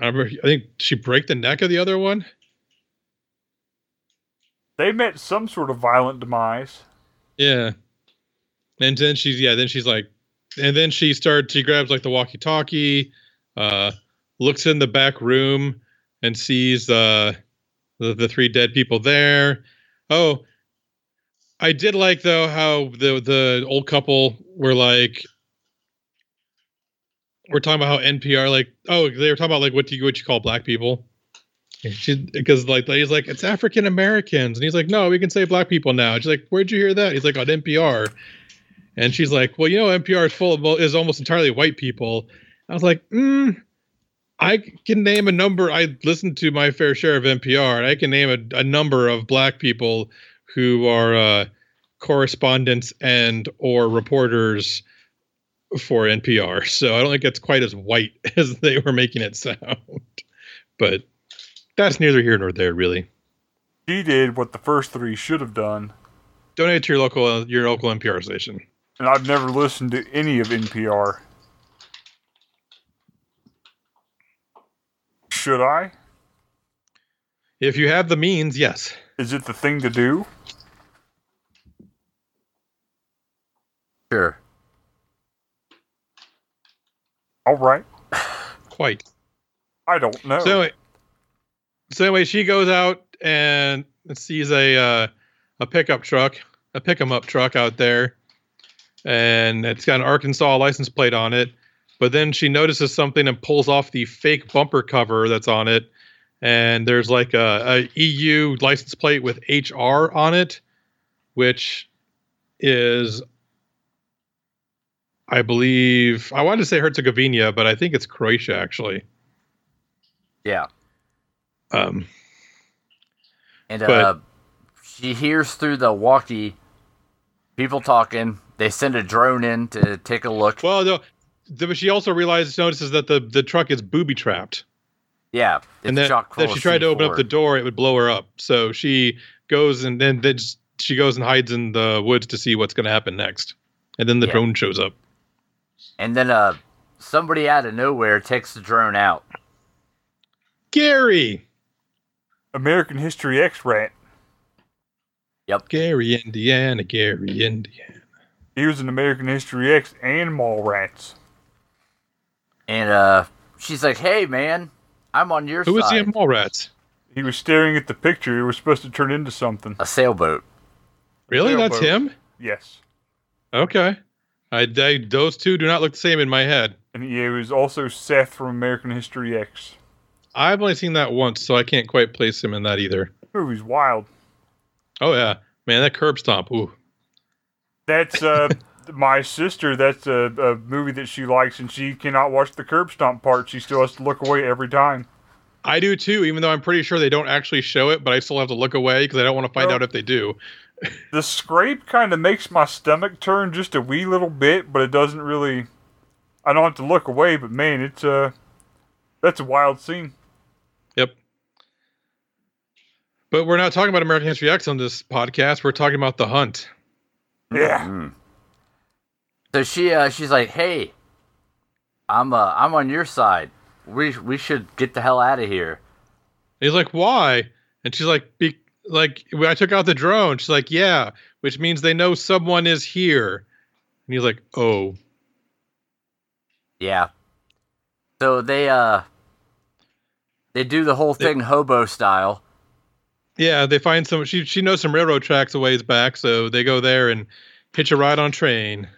[SPEAKER 3] I, remember, I think she break the neck of the other one
[SPEAKER 2] They met some sort of violent demise.
[SPEAKER 3] yeah and then she's yeah then she's like and then she starts she grabs like the walkie talkie uh looks in the back room and sees uh the, the three dead people there oh i did like though how the the old couple were like we're talking about how NPR like oh they were talking about like what do you what you call black people because like he's like it's African Americans and he's like no we can say black people now she's like where'd you hear that he's like on NPR and she's like well you know NPR is full of is almost entirely white people I was like mm, I can name a number I listen to my fair share of NPR and I can name a, a number of black people who are uh, correspondents and or reporters for NPR. So I don't think it's quite as white as they were making it sound. But that's neither here nor there, really.
[SPEAKER 2] She did what the first three should have done,
[SPEAKER 3] Donate to your local uh, your local NPR station.
[SPEAKER 2] and I've never listened to any of NPR. Should I?
[SPEAKER 3] If you have the means, yes.
[SPEAKER 2] Is it the thing to do?
[SPEAKER 1] Sure.
[SPEAKER 2] All right.
[SPEAKER 3] Quite.
[SPEAKER 2] I don't know.
[SPEAKER 3] So anyway, so anyway, she goes out and sees a uh, a pickup truck, a pick 'em up truck out there, and it's got an Arkansas license plate on it. But then she notices something and pulls off the fake bumper cover that's on it, and there's like a, a EU license plate with HR on it, which is. I believe I wanted to say Herzegovina, but I think it's Croatia actually.
[SPEAKER 1] Yeah.
[SPEAKER 3] Um,
[SPEAKER 1] And
[SPEAKER 3] But-
[SPEAKER 1] uh, she hears through the walkie people talking. They send a drone in to take a look.
[SPEAKER 3] Well, no, th- but she also realizes notices that the the truck is booby trapped,
[SPEAKER 1] Yeah.
[SPEAKER 3] and
[SPEAKER 1] it's
[SPEAKER 3] that
[SPEAKER 1] chock full
[SPEAKER 3] that she
[SPEAKER 1] of
[SPEAKER 3] tried to open up
[SPEAKER 1] C4.
[SPEAKER 3] the door, it would blow her up. So she goes and then then s- she goes and hides in the woods to see what's going to happen next, and then the
[SPEAKER 1] Yeah.
[SPEAKER 3] drone shows up.
[SPEAKER 1] And then uh, somebody out of nowhere takes the drone out.
[SPEAKER 3] Gary,
[SPEAKER 2] American History X rat.
[SPEAKER 3] Gary, Indiana, Gary, Indiana.
[SPEAKER 2] He was an American History X and Mall Rats.
[SPEAKER 1] And uh, she's like, hey, man, I'm on your
[SPEAKER 3] Who was he
[SPEAKER 1] side.
[SPEAKER 3] in Mallrats?
[SPEAKER 2] He was staring at the picture. It was supposed to turn into something.
[SPEAKER 1] a sailboat.
[SPEAKER 3] Really,
[SPEAKER 2] Sailboat.
[SPEAKER 3] that's him?
[SPEAKER 2] Yes.
[SPEAKER 3] Okay, I, I those two do not look the same in my head.
[SPEAKER 2] And he was also Seth from American History X.
[SPEAKER 3] I've only seen that once, so I can't quite place him in that either.
[SPEAKER 2] Movie's wild.
[SPEAKER 3] Oh yeah, man, that curb stomp. Ooh.
[SPEAKER 2] That's uh, my sister. That's a, a movie that she likes, and she cannot watch the curb stomp part. She still has to look away every time.
[SPEAKER 3] I do too, even though I'm pretty sure they don't actually show it, but I still have to look away because I don't want to find
[SPEAKER 2] Well-
[SPEAKER 3] out if they do.
[SPEAKER 2] The scrape kind of makes my stomach turn just a wee little bit, but it doesn't really. I don't have to look away, but man, it's uh, that's a wild scene.
[SPEAKER 3] Yep. But we're not talking about American History X on this podcast. We're talking about The Hunt.
[SPEAKER 2] Yeah.
[SPEAKER 1] Mm. So she uh, she's like, "Hey, I'm uh, I'm on your side. We we should get the hell out of here."
[SPEAKER 3] And he's like, "Why?" And she's like, Be- "Like when I took out the drone." She's like, "Yeah," which means they know someone is here. And he's like, "Oh,
[SPEAKER 1] Yeah. So they uh they do the whole thing hobo style.
[SPEAKER 3] yeah." They find some. She she knows some railroad tracks a ways back, so they go there and hitch a ride on train.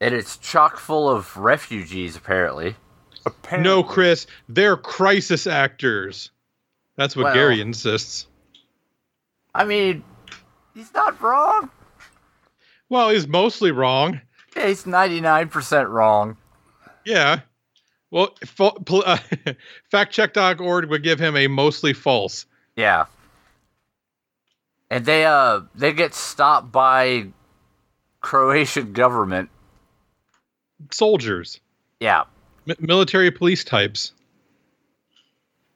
[SPEAKER 1] And it's chock full of refugees, apparently.
[SPEAKER 2] Apparently.
[SPEAKER 3] No, Chris, they're crisis actors. That's what
[SPEAKER 1] Well-
[SPEAKER 3] Gary insists.
[SPEAKER 1] I mean, he's not wrong.
[SPEAKER 3] Well, he's mostly wrong.
[SPEAKER 1] Yeah, he's 99% wrong.
[SPEAKER 3] Yeah. Well, fa- pl- uh, factcheck.org would give him a mostly false.
[SPEAKER 1] Yeah. And they uh they get stopped by Croatian government.
[SPEAKER 3] Soldiers,
[SPEAKER 1] Yeah.
[SPEAKER 3] mi- military police types.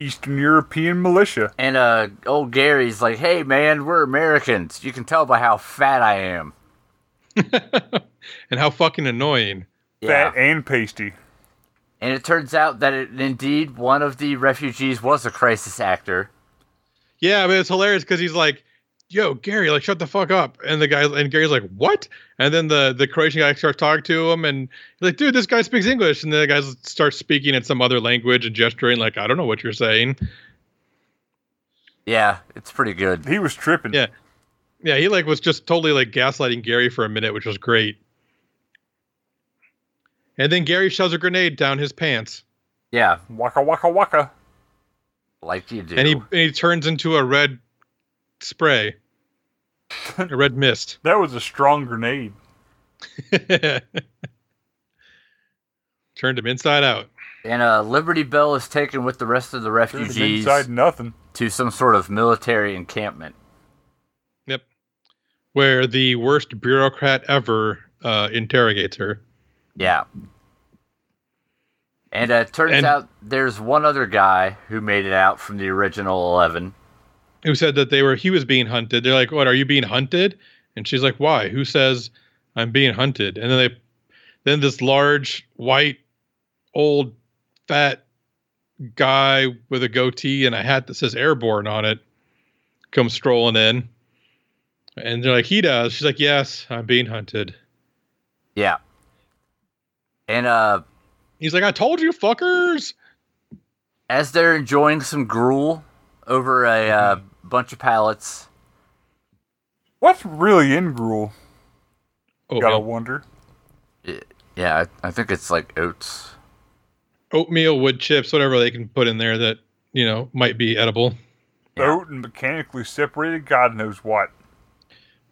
[SPEAKER 2] Eastern European militia.
[SPEAKER 1] And uh, old Gary's like, "Hey, man, we're Americans. You can tell by how fat I am."
[SPEAKER 3] and how fucking annoying.
[SPEAKER 1] Yeah.
[SPEAKER 2] Fat and pasty.
[SPEAKER 1] And it turns out that it, indeed one of the refugees was a crisis actor.
[SPEAKER 3] Yeah, but it's hilarious because he's like, yo, Gary, like, shut the fuck up. And the guy, and Gary's like, what? And then the, the Croatian guy starts talking to him and he's like, dude, this guy speaks English. And then the guy starts speaking in some other language and gesturing, like, I don't know what you're saying.
[SPEAKER 1] Yeah, it's pretty good.
[SPEAKER 2] He was tripping.
[SPEAKER 3] Yeah. Yeah, he like was just totally like gaslighting Gary for a minute, which was great. And then Gary shoves a grenade down his pants,
[SPEAKER 1] Yeah,
[SPEAKER 2] Waka waka waka.
[SPEAKER 1] like you do.
[SPEAKER 3] and he and he turns into a red spray, a red mist.
[SPEAKER 2] That was a strong grenade.
[SPEAKER 3] Turned him inside out.
[SPEAKER 1] and uh, Liberty Bell is taken with the rest of the
[SPEAKER 2] Turned him
[SPEAKER 1] refugees
[SPEAKER 2] Inside nothing.
[SPEAKER 1] to some sort of military encampment.
[SPEAKER 3] where the worst bureaucrat ever uh, interrogates her.
[SPEAKER 1] Yeah. And uh, it turns
[SPEAKER 3] And-
[SPEAKER 1] out there's one other guy who made it out from the original 11.
[SPEAKER 3] Who said that they were he was being hunted? They're like, "What are you being hunted?" And she's like, "Why? Who says I'm being hunted?" And then they, then this large white, old, fat guy with a goatee and a hat that says "Airborne" on it comes strolling in, and they're like, "He does." She's like, "Yes, I'm being hunted."
[SPEAKER 1] Yeah. And uh,
[SPEAKER 3] He's like, "I told you, fuckers."
[SPEAKER 1] as they're enjoying some gruel over a uh, bunch of pallets,
[SPEAKER 2] What's really in gruel? Gotta
[SPEAKER 3] Oatmeal,
[SPEAKER 2] wonder.
[SPEAKER 1] yeah, I, I think it's like oats.
[SPEAKER 3] oatmeal, wood chips, whatever they can put in there that you know might be edible.
[SPEAKER 1] Yeah.
[SPEAKER 2] Oat and mechanically separated. God knows what.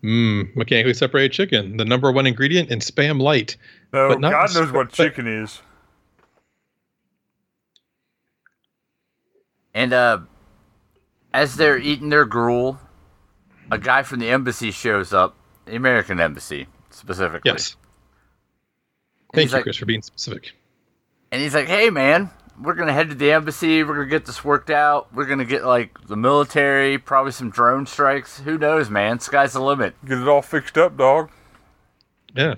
[SPEAKER 3] Mmm, mechanically separated chicken, the number one ingredient in spam light.
[SPEAKER 2] No,
[SPEAKER 3] But not
[SPEAKER 2] God
[SPEAKER 3] in
[SPEAKER 2] knows what
[SPEAKER 3] sp- but-
[SPEAKER 2] chicken is.
[SPEAKER 1] And uh, as they're eating their gruel, a guy from the embassy shows up, the American embassy specifically.
[SPEAKER 3] Yes. Thank
[SPEAKER 1] he's
[SPEAKER 3] you,
[SPEAKER 1] like-
[SPEAKER 3] Chris, for being specific.
[SPEAKER 1] And he's like, hey, man, we're going to head to the embassy. We're going to get this worked out. We're going to get, like, the military, probably some drone strikes. Who knows, man? Sky's the limit.
[SPEAKER 2] Get it all fixed up, dog.
[SPEAKER 3] Yeah.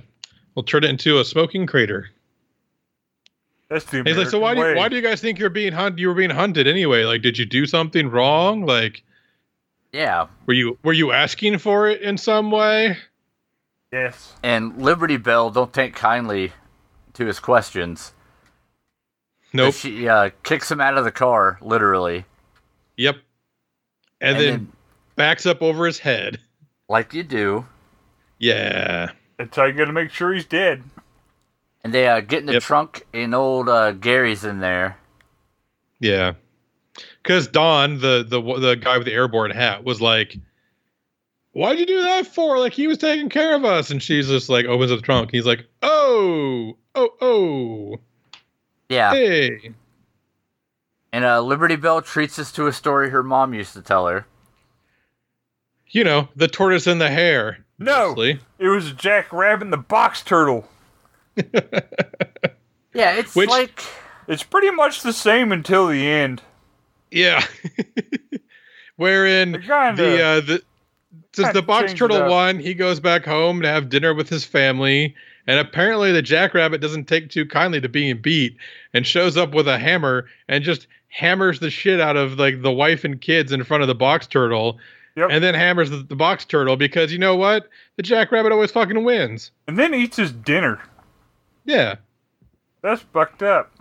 [SPEAKER 3] We'll turn it into a smoking crater.
[SPEAKER 2] That's the
[SPEAKER 3] And
[SPEAKER 2] American
[SPEAKER 3] he's like, so why do
[SPEAKER 2] way.
[SPEAKER 3] you, why do you guys think you're being hunted? You were being hunted anyway. Like, did you do something wrong? Like,
[SPEAKER 1] Yeah.
[SPEAKER 3] were you were you asking for it in some way?
[SPEAKER 2] yes.
[SPEAKER 1] And Liberty Bell don't take kindly to his questions.
[SPEAKER 3] Nope.
[SPEAKER 1] She uh, kicks him out of the car, literally.
[SPEAKER 3] Yep. And, then, backs up over his head.
[SPEAKER 1] like you do,
[SPEAKER 3] Yeah.
[SPEAKER 2] That's how you gotta make sure he's dead.
[SPEAKER 1] and they uh, get in the
[SPEAKER 3] Yep.
[SPEAKER 1] trunk, and old uh, Gary's in there.
[SPEAKER 3] Yeah, because Don, the the the guy with the airborne hat, was like, "Why'd you do that for? Like he was taking care of us." And she's just like opens up the trunk. He's like, "Oh, oh, oh,
[SPEAKER 1] Yeah.
[SPEAKER 3] hey,
[SPEAKER 1] And uh, Liberty Bell treats us to a story her mom used to tell her.
[SPEAKER 3] you know the tortoise and the hare."
[SPEAKER 2] No,
[SPEAKER 3] mostly.
[SPEAKER 2] it was a jackrabbit and the box turtle.
[SPEAKER 1] Yeah, it's
[SPEAKER 3] Which-
[SPEAKER 1] like
[SPEAKER 2] It's pretty much the same until the end.
[SPEAKER 3] yeah. Wherein
[SPEAKER 2] They're kinda-
[SPEAKER 3] the uh, the since
[SPEAKER 2] kinda
[SPEAKER 3] the box
[SPEAKER 2] changed it
[SPEAKER 3] turtle
[SPEAKER 2] up.
[SPEAKER 3] won, he goes back home to have dinner with his family, and apparently the jackrabbit doesn't take too kindly to being beat, and shows up with a hammer and just hammers the shit out of like the wife and kids in front of the box turtle,
[SPEAKER 2] Yep.
[SPEAKER 3] and then hammers the, the box turtle because you know what, the jackrabbit always fucking wins.
[SPEAKER 2] And then eats his dinner.
[SPEAKER 3] Yeah,
[SPEAKER 2] That's fucked up.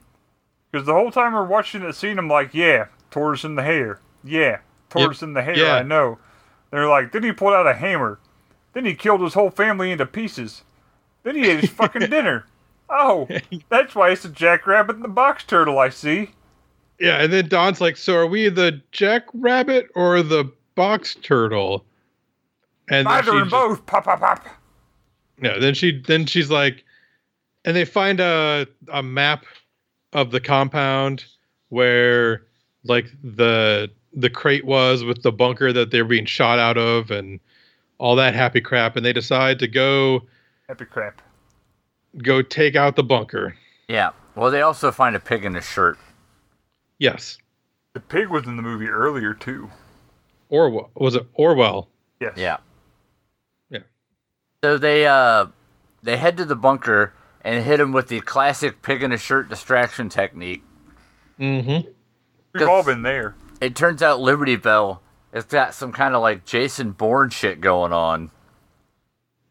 [SPEAKER 2] Because the whole time we're watching that scene, I'm like, yeah, tortoise in the hair. Yeah, tortoise in the hair,
[SPEAKER 3] Yeah.
[SPEAKER 2] I know. They're like, then he pulled out a hammer. Then he killed his whole family into pieces. Then he ate his fucking dinner. Oh, that's why it's a jackrabbit and the box turtle, I see.
[SPEAKER 3] yeah. And then Don's like, "So are we the jackrabbit or the box turtle?" And then
[SPEAKER 2] Neither
[SPEAKER 3] she
[SPEAKER 2] and
[SPEAKER 3] just-
[SPEAKER 2] both. Pop, pop, pop.
[SPEAKER 3] No, then she then she's like, and they find a a map of the compound where like the the crate was with the bunker that they're being shot out of and all that happy crap, and they decide to go
[SPEAKER 2] Happy crap.
[SPEAKER 3] go take out the bunker.
[SPEAKER 1] yeah. Well, they also find a pig in a shirt.
[SPEAKER 3] Yes,
[SPEAKER 2] The pig was in the movie earlier, too.
[SPEAKER 3] Orwell was it Orwell?
[SPEAKER 2] Yes.
[SPEAKER 1] Yeah.
[SPEAKER 3] Yeah.
[SPEAKER 1] So they uh they head to the bunker and hit him with the classic pig in a shirt distraction technique.
[SPEAKER 3] Mm-hmm.
[SPEAKER 2] We've all been there.
[SPEAKER 1] It turns out Liberty Bell has got some kind of like Jason Bourne shit going on.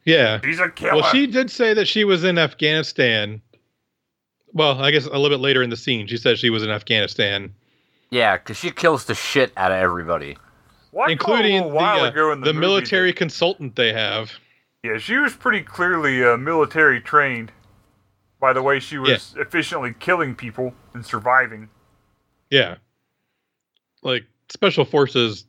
[SPEAKER 3] Yeah.
[SPEAKER 2] He's a killer.
[SPEAKER 3] Well, she did say that she was in Afghanistan. Well, I guess a little bit later in the scene, she said she was in Afghanistan.
[SPEAKER 1] Yeah, because she kills the shit out of everybody.
[SPEAKER 2] Well, I caught Oh, a
[SPEAKER 3] including
[SPEAKER 2] little
[SPEAKER 3] the,
[SPEAKER 2] while
[SPEAKER 3] uh,
[SPEAKER 2] ago in the,
[SPEAKER 3] the
[SPEAKER 2] movie
[SPEAKER 3] military consultant they have.
[SPEAKER 2] that- yeah, she was pretty clearly uh, military trained. by the way she was efficiently killing people and surviving.
[SPEAKER 3] Yeah. Like special forces,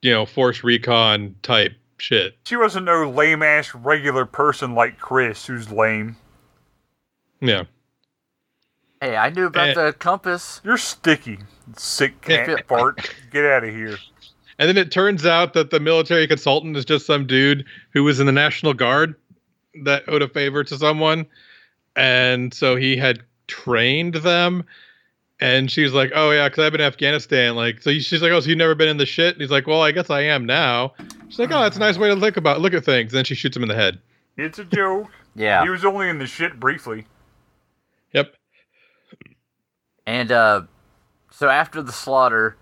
[SPEAKER 3] you know, force recon type shit.
[SPEAKER 2] She wasn't no lame ass regular person like Chris, who's lame.
[SPEAKER 3] Yeah.
[SPEAKER 1] Hey, I knew about
[SPEAKER 3] Eh.
[SPEAKER 1] the compass.
[SPEAKER 2] You're sticky, sick
[SPEAKER 1] Yeah.
[SPEAKER 2] cat fart. Get out of here.
[SPEAKER 3] And then it turns out that the military consultant is just some dude who was in the National Guard that owed a favor to someone. And so he had trained them. And she's like, Oh, yeah, because I've been in Afghanistan. Like, so she's like, Oh, so you've never been in the shit? And he's like, Well, I guess I am now. She's like, Oh, that's a nice way to look about look at things. then she shoots him in the head.
[SPEAKER 2] It's a joke.
[SPEAKER 1] Yeah.
[SPEAKER 2] He was only in the shit briefly.
[SPEAKER 3] Yep.
[SPEAKER 1] And uh, so after the slaughter,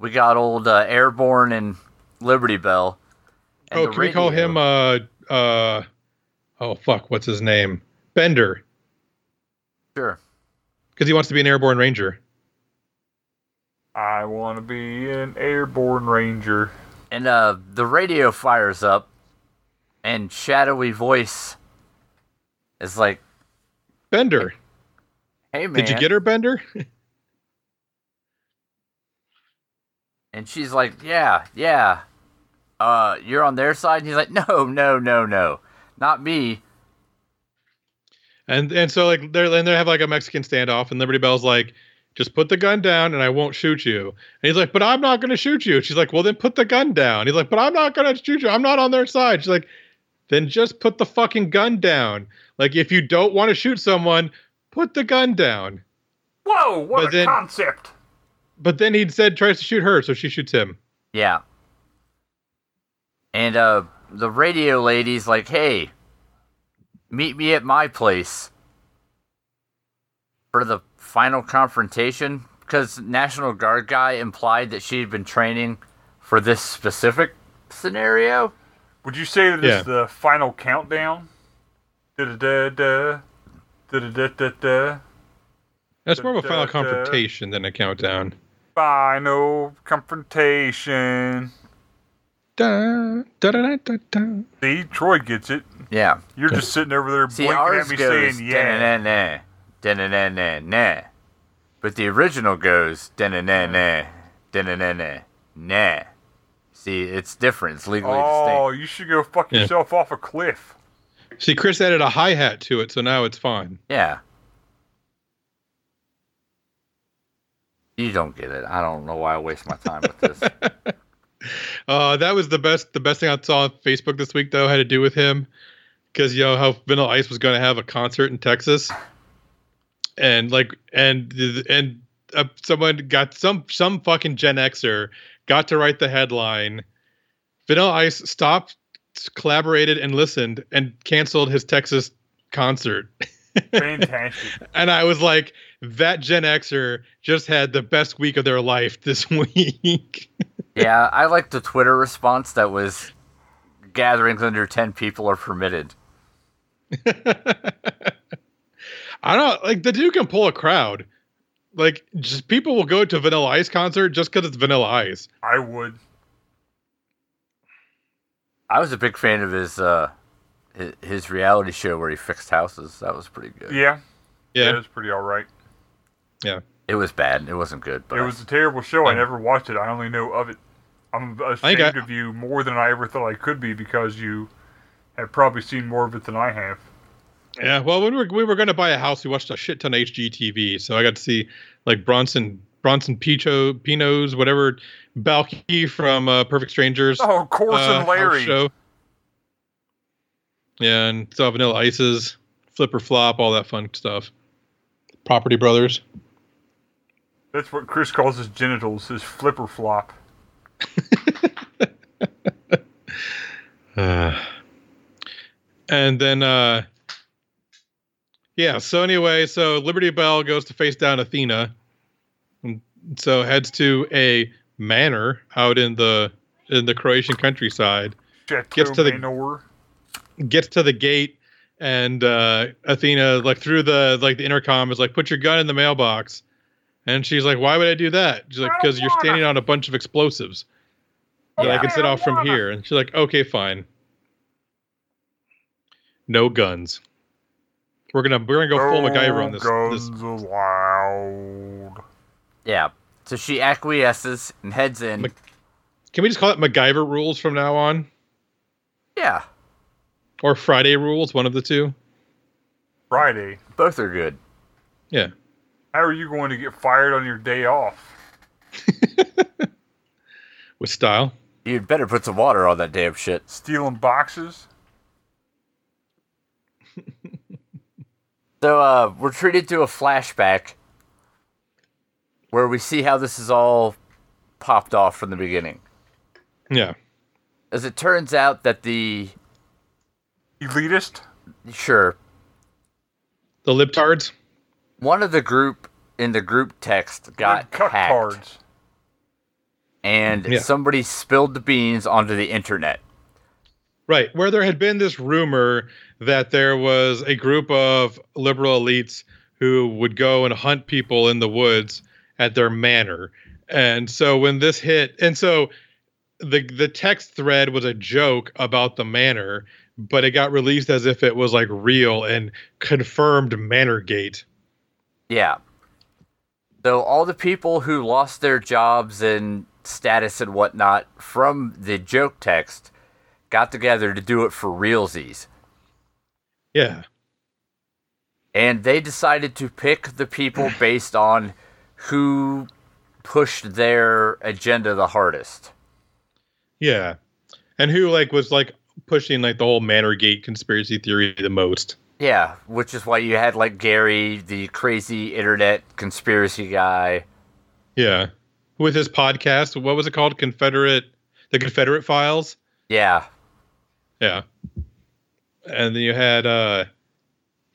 [SPEAKER 1] we got old uh, Airborne and Liberty Bell. and
[SPEAKER 3] oh,
[SPEAKER 1] the
[SPEAKER 3] can we call
[SPEAKER 1] radio.
[SPEAKER 3] him uh uh oh fuck, what's his name? Bender.
[SPEAKER 1] Sure.
[SPEAKER 3] Because he wants to be an airborne ranger.
[SPEAKER 2] I want to be an airborne ranger.
[SPEAKER 1] And uh, the radio fires up, and shadowy voice is like,
[SPEAKER 3] Bender.
[SPEAKER 1] "Hey man."
[SPEAKER 3] Did you get her, Bender?
[SPEAKER 1] And she's like, "Yeah, yeah." Uh, you're on their side. And he's like, "No, no, no, no, not me."
[SPEAKER 3] And and so like they're then they have like a Mexican standoff, and Liberty Bell's like, just put the gun down and I won't shoot you. And he's like, But I'm not gonna shoot you. She's like, Well then put the gun down. He's like, But I'm not gonna shoot you. I'm not on their side. She's like, Then just put the fucking gun down. Like if you don't want to shoot someone, put the gun down.
[SPEAKER 2] Whoa, what
[SPEAKER 3] But
[SPEAKER 2] a
[SPEAKER 3] then-
[SPEAKER 2] concept!
[SPEAKER 3] But then he said tries to shoot her, so she shoots him.
[SPEAKER 1] Yeah. And uh, the radio lady's like, "Hey, meet me at my place for the final confrontation." Because National Guard guy implied that she had been training for this specific scenario.
[SPEAKER 2] Would you say that
[SPEAKER 3] Yeah.
[SPEAKER 2] it's the final countdown? Da da da da da da da da.
[SPEAKER 3] That's more of a final
[SPEAKER 2] Da-da-da.
[SPEAKER 3] confrontation than a countdown.
[SPEAKER 2] Final confrontation.
[SPEAKER 3] Da, da, da, da, da.
[SPEAKER 2] See, Troy gets it.
[SPEAKER 1] Yeah.
[SPEAKER 2] You're just sitting over there
[SPEAKER 1] See,
[SPEAKER 2] blinking
[SPEAKER 1] ours
[SPEAKER 2] at me
[SPEAKER 1] goes
[SPEAKER 2] saying, "Yeah."
[SPEAKER 1] na na na na na na, but the original goes na na na na na na na na. See, it's different. It's legally
[SPEAKER 2] Oh,
[SPEAKER 1] distinct.
[SPEAKER 2] you should go fuck
[SPEAKER 3] Yeah.
[SPEAKER 2] yourself off a cliff.
[SPEAKER 3] See, Chris added a hi hat to it, so now it's fine.
[SPEAKER 1] Yeah. You don't get it. I don't know why I waste my time with this.
[SPEAKER 3] Uh, that was the best. The best thing I saw on Facebook this week, though, had to do with him, because you know how Vanilla Ice was going to have a concert in Texas, and like, and and uh, someone got some some fucking Gen Xer got to write the headline. Vanilla Ice stopped, collaborated, and listened, and canceled his Texas concert.
[SPEAKER 2] Fantastic.
[SPEAKER 3] And I was like, that Gen Xer just had the best week of their life this week.
[SPEAKER 1] yeah, I like the Twitter response that was gatherings under 10 people are permitted.
[SPEAKER 3] I don't like the dude can pull a crowd. Like just people will go to a Vanilla Ice concert just because it's Vanilla Ice.
[SPEAKER 2] I would.
[SPEAKER 1] I was a big fan of his uh hi- his reality show where he fixed houses. That was pretty good.
[SPEAKER 2] Yeah, yeah, it
[SPEAKER 3] Yeah,
[SPEAKER 2] was pretty all right.
[SPEAKER 1] It was bad. It wasn't good, but
[SPEAKER 2] It was a terrible show. I
[SPEAKER 3] Yeah.
[SPEAKER 2] never watched it. I only know of it. I'm
[SPEAKER 3] think Um, I-
[SPEAKER 2] ashamed of you more than I ever thought I could be because you have probably seen more of it than I have.
[SPEAKER 3] yeah. Well, when we were, we were going to buy a house, we watched a shit ton of HGTV, so I got to see like Bronson Bronson Picho Pinos, whatever Balky from uh, Perfect Strangers.
[SPEAKER 2] Oh, Corson
[SPEAKER 3] uh,
[SPEAKER 2] and
[SPEAKER 3] house
[SPEAKER 2] Larry.
[SPEAKER 3] show. Yeah, and saw Vanilla Ices, Flipper Flop, all that fun stuff. Property Brothers.
[SPEAKER 2] That's what Chris calls his genitals, his flipper flop.
[SPEAKER 3] Uh, and then, uh, yeah. So anyway, so Liberty Bell goes to face down Athena, and so heads to a manor out in the in the Croatian countryside.
[SPEAKER 2] Chateau
[SPEAKER 3] Gets to the-
[SPEAKER 2] Manor.
[SPEAKER 3] Gets to the gate, and uh, Athena, like through the like the intercom, is like, "Put your gun in the mailbox," and she's like, "Why would I do that?" She's like,
[SPEAKER 2] I don't
[SPEAKER 3] "Because you're
[SPEAKER 2] wanna."
[SPEAKER 3] standing on a bunch of explosives." that I
[SPEAKER 1] Yeah.
[SPEAKER 3] can set off from
[SPEAKER 2] Marijuana.
[SPEAKER 3] here. And she's like, okay, fine. No guns. We're gonna we're gonna go full
[SPEAKER 2] No
[SPEAKER 3] MacGyver on this.
[SPEAKER 2] Guns
[SPEAKER 3] this.
[SPEAKER 2] allowed.
[SPEAKER 1] Yeah. So she acquiesces and heads in.
[SPEAKER 3] Mc- Can we just call it MacGyver rules from now on,
[SPEAKER 1] yeah.
[SPEAKER 3] or Friday rules? One of the two.
[SPEAKER 2] Friday.
[SPEAKER 1] Both are good.
[SPEAKER 3] Yeah.
[SPEAKER 2] How are you going to get fired on your day off?
[SPEAKER 3] With style.
[SPEAKER 1] You'd better put some water on that damn shit.
[SPEAKER 2] Stealing boxes?
[SPEAKER 1] So uh, we're treated to a flashback where we see how this is all popped off from the beginning.
[SPEAKER 3] Yeah.
[SPEAKER 1] As it turns out that the
[SPEAKER 2] Elitist?
[SPEAKER 1] sure
[SPEAKER 3] The libtards.
[SPEAKER 1] one of the group in the group text got
[SPEAKER 2] Cut
[SPEAKER 1] hacked,
[SPEAKER 2] cards.
[SPEAKER 1] and
[SPEAKER 3] Yeah.
[SPEAKER 1] somebody spilled the beans onto the internet.
[SPEAKER 3] Right, where there had been this rumor that there was a group of liberal elites who would go and hunt people in the woods at their manor. And so when this hit, and so the the text thread was a joke about the manor, but it got released as if it was like real and confirmed Manorgate.
[SPEAKER 1] Yeah. Though all the people who lost their jobs and status and whatnot from the joke text got together to do it for realsies.
[SPEAKER 3] Yeah.
[SPEAKER 1] And they decided to pick the people based on who pushed their agenda the hardest.
[SPEAKER 3] Yeah. And who like was like pushing like the whole Manorgate conspiracy theory the most.
[SPEAKER 1] Yeah, which is why you had like Gary, the crazy internet conspiracy guy.
[SPEAKER 3] Yeah. With his podcast, what was it called? Confederate the Confederate Files?
[SPEAKER 1] Yeah,
[SPEAKER 3] Yeah. And then you had uh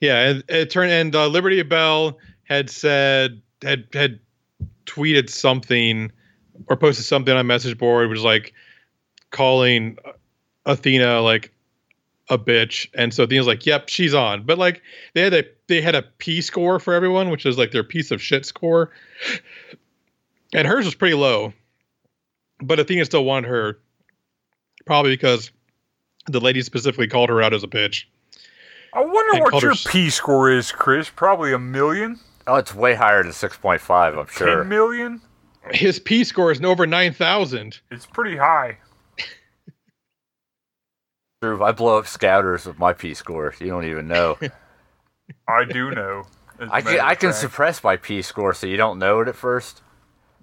[SPEAKER 3] yeah, and it turned and uh, Liberty Bell had said had had tweeted something or posted something on a message board which was like calling uh, Athena like a bitch and so Athena's like, "Yep, she's on." But like they had a they had a P score for everyone, which is like their piece of shit score. And hers was pretty low. But Athena still wanted her probably because the lady specifically called her out as a bitch.
[SPEAKER 2] I wonder
[SPEAKER 3] And
[SPEAKER 2] what
[SPEAKER 3] called her
[SPEAKER 2] your
[SPEAKER 3] s-
[SPEAKER 2] P score is, Chris. Probably a million?
[SPEAKER 1] Oh, it's way higher than 6.5, I'm
[SPEAKER 2] Ten
[SPEAKER 1] sure.
[SPEAKER 2] million?
[SPEAKER 3] His P score is over 9,000.
[SPEAKER 2] It's pretty high.
[SPEAKER 1] True, I blow up scouters with my P score. You don't even know.
[SPEAKER 2] I do know. as a
[SPEAKER 1] I can,
[SPEAKER 2] matter
[SPEAKER 1] I
[SPEAKER 2] of
[SPEAKER 1] can
[SPEAKER 2] fact.
[SPEAKER 1] suppress my P score so you don't know it at first.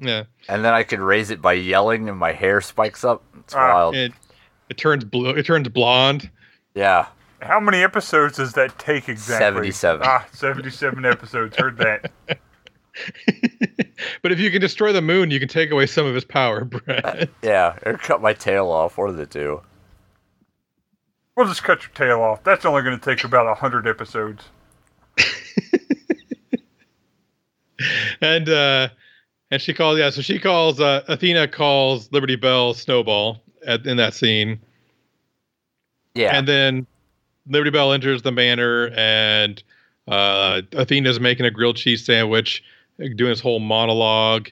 [SPEAKER 3] Yeah.
[SPEAKER 1] And then I can raise it by yelling and my hair spikes up. It's
[SPEAKER 2] Ah,
[SPEAKER 1] wild.
[SPEAKER 3] It, it turns blue. It turns blonde.
[SPEAKER 1] Yeah.
[SPEAKER 2] How many episodes does that take exactly?
[SPEAKER 1] 77.
[SPEAKER 2] Ah, 77 episodes. Heard that.
[SPEAKER 3] but if you can destroy the moon, you can take away some of his power, Brad.
[SPEAKER 1] Yeah. Or cut my tail off. One of the two.
[SPEAKER 2] We'll just cut your tail off. That's only going to take about 100 episodes.
[SPEAKER 3] and uh and she calls yeah, so she calls uh Athena calls Liberty Bell Snowball at, in that scene.
[SPEAKER 1] Yeah.
[SPEAKER 3] And then Liberty Bell enters the manor, and uh, Athena's making a grilled cheese sandwich, doing this whole monologue.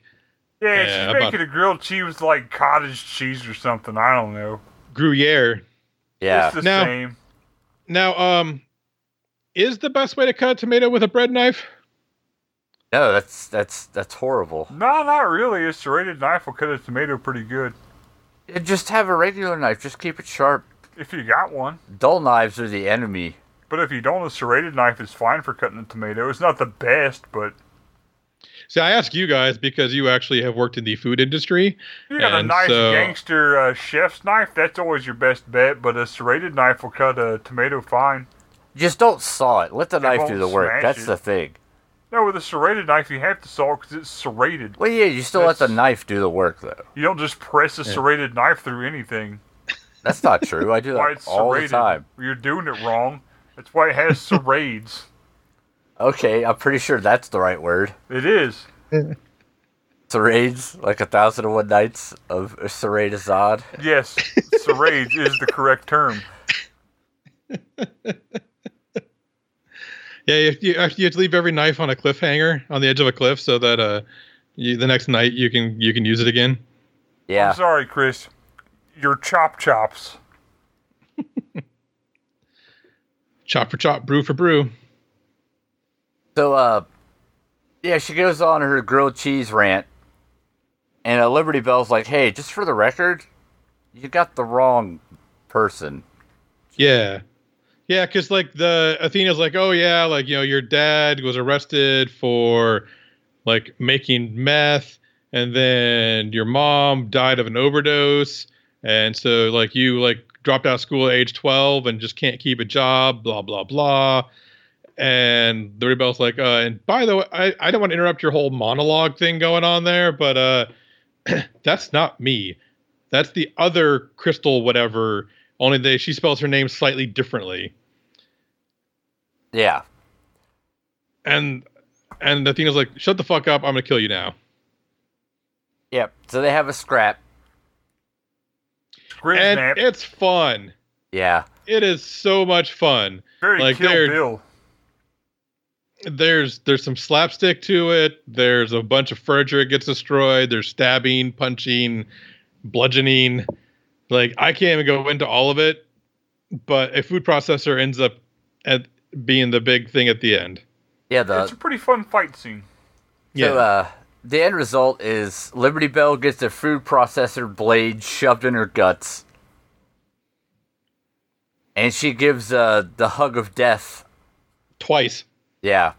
[SPEAKER 2] Yeah,
[SPEAKER 3] Yeah,
[SPEAKER 2] she's
[SPEAKER 3] about-
[SPEAKER 2] making a grilled cheese with like cottage cheese or something. I don't know.
[SPEAKER 3] Gruyere.
[SPEAKER 1] yeah.
[SPEAKER 2] It's the
[SPEAKER 3] Now-
[SPEAKER 2] same.
[SPEAKER 3] Now, um, is the best way to cut a tomato with a bread knife?
[SPEAKER 1] No, that's that's that's horrible.
[SPEAKER 2] No, not really. A serrated knife will cut a tomato pretty good.
[SPEAKER 1] Yeah, Just have a regular knife. Just keep it sharp.
[SPEAKER 2] If you got one.
[SPEAKER 1] Dull knives are the enemy.
[SPEAKER 2] But if you don't, a serrated knife is fine for cutting a tomato. It's not the best, but
[SPEAKER 3] See, I ask you guys because you actually have worked in the food industry.
[SPEAKER 2] you got a
[SPEAKER 3] And
[SPEAKER 2] nice
[SPEAKER 3] so-
[SPEAKER 2] gangster uh, chef's knife, that's always your best bet. But a serrated knife will cut a tomato fine.
[SPEAKER 1] Just don't saw it. Let the knife
[SPEAKER 2] won't
[SPEAKER 1] do the work.
[SPEAKER 2] smash
[SPEAKER 1] That's
[SPEAKER 2] it.
[SPEAKER 1] the thing.
[SPEAKER 2] No, with a serrated knife, you have to saw because it's serrated.
[SPEAKER 1] Well, yeah, you still let the
[SPEAKER 2] That's-
[SPEAKER 1] knife do the work though.
[SPEAKER 2] You don't just press a serrated knife through anything.
[SPEAKER 1] That's not true. I do
[SPEAKER 2] Why
[SPEAKER 1] that
[SPEAKER 2] it's
[SPEAKER 1] all the
[SPEAKER 2] serrated?
[SPEAKER 1] time.
[SPEAKER 2] You're doing it wrong. That's why it has serrades.
[SPEAKER 1] Okay, I'm pretty sure that's the right word.
[SPEAKER 2] It is.
[SPEAKER 1] Serrades, like a thousand and one nights of Serrade Azad.
[SPEAKER 2] Yes, serrades is the correct term.
[SPEAKER 3] Yeah, you, you, actually, you have to leave every knife on a cliffhanger on the edge of a cliff so that uh, you, the next night you can you can use it again.
[SPEAKER 1] Yeah.
[SPEAKER 2] I'm sorry, Chris. Your chop chops.
[SPEAKER 3] Chop for chop, brew for brew.
[SPEAKER 1] So, uh, yeah, she goes on her grilled cheese rant, and uh, Liberty Bell's like, "Hey, just for the record, you got the wrong person."
[SPEAKER 3] Yeah. Yeah, because like the Athena's like, oh yeah, like you know, your dad was arrested for like making meth, and then your mom died of an overdose, and so like you like dropped out of school at age twelve and just can't keep a job, blah blah blah. And the rebel's like, uh, and by the way, I, I don't want to interrupt your whole monologue thing going on there, but uh that's not me. That's the other crystal whatever. Only they she spells her name slightly differently.
[SPEAKER 1] Yeah,
[SPEAKER 3] And and Athena's like, shut the fuck up, I'm gonna kill you now.
[SPEAKER 1] yep. So they have a scrap.
[SPEAKER 2] Grim
[SPEAKER 3] and
[SPEAKER 2] Snap.
[SPEAKER 3] it's fun.
[SPEAKER 1] Yeah,
[SPEAKER 3] It is so much fun.
[SPEAKER 2] Very
[SPEAKER 3] like,
[SPEAKER 2] Kill
[SPEAKER 3] they're-
[SPEAKER 2] Bill.
[SPEAKER 3] There's there's some slapstick to it. There's a bunch of furniture that gets destroyed. There's stabbing, punching, bludgeoning. Like I can't even go into all of it, but a food processor ends up at being the big thing at the end.
[SPEAKER 1] yeah. The
[SPEAKER 2] it's a pretty fun fight scene.
[SPEAKER 1] So, uh, the end result is Liberty Bell gets a food processor blade shoved in her guts. And she gives uh, the hug of death.
[SPEAKER 3] twice.
[SPEAKER 1] Yeah.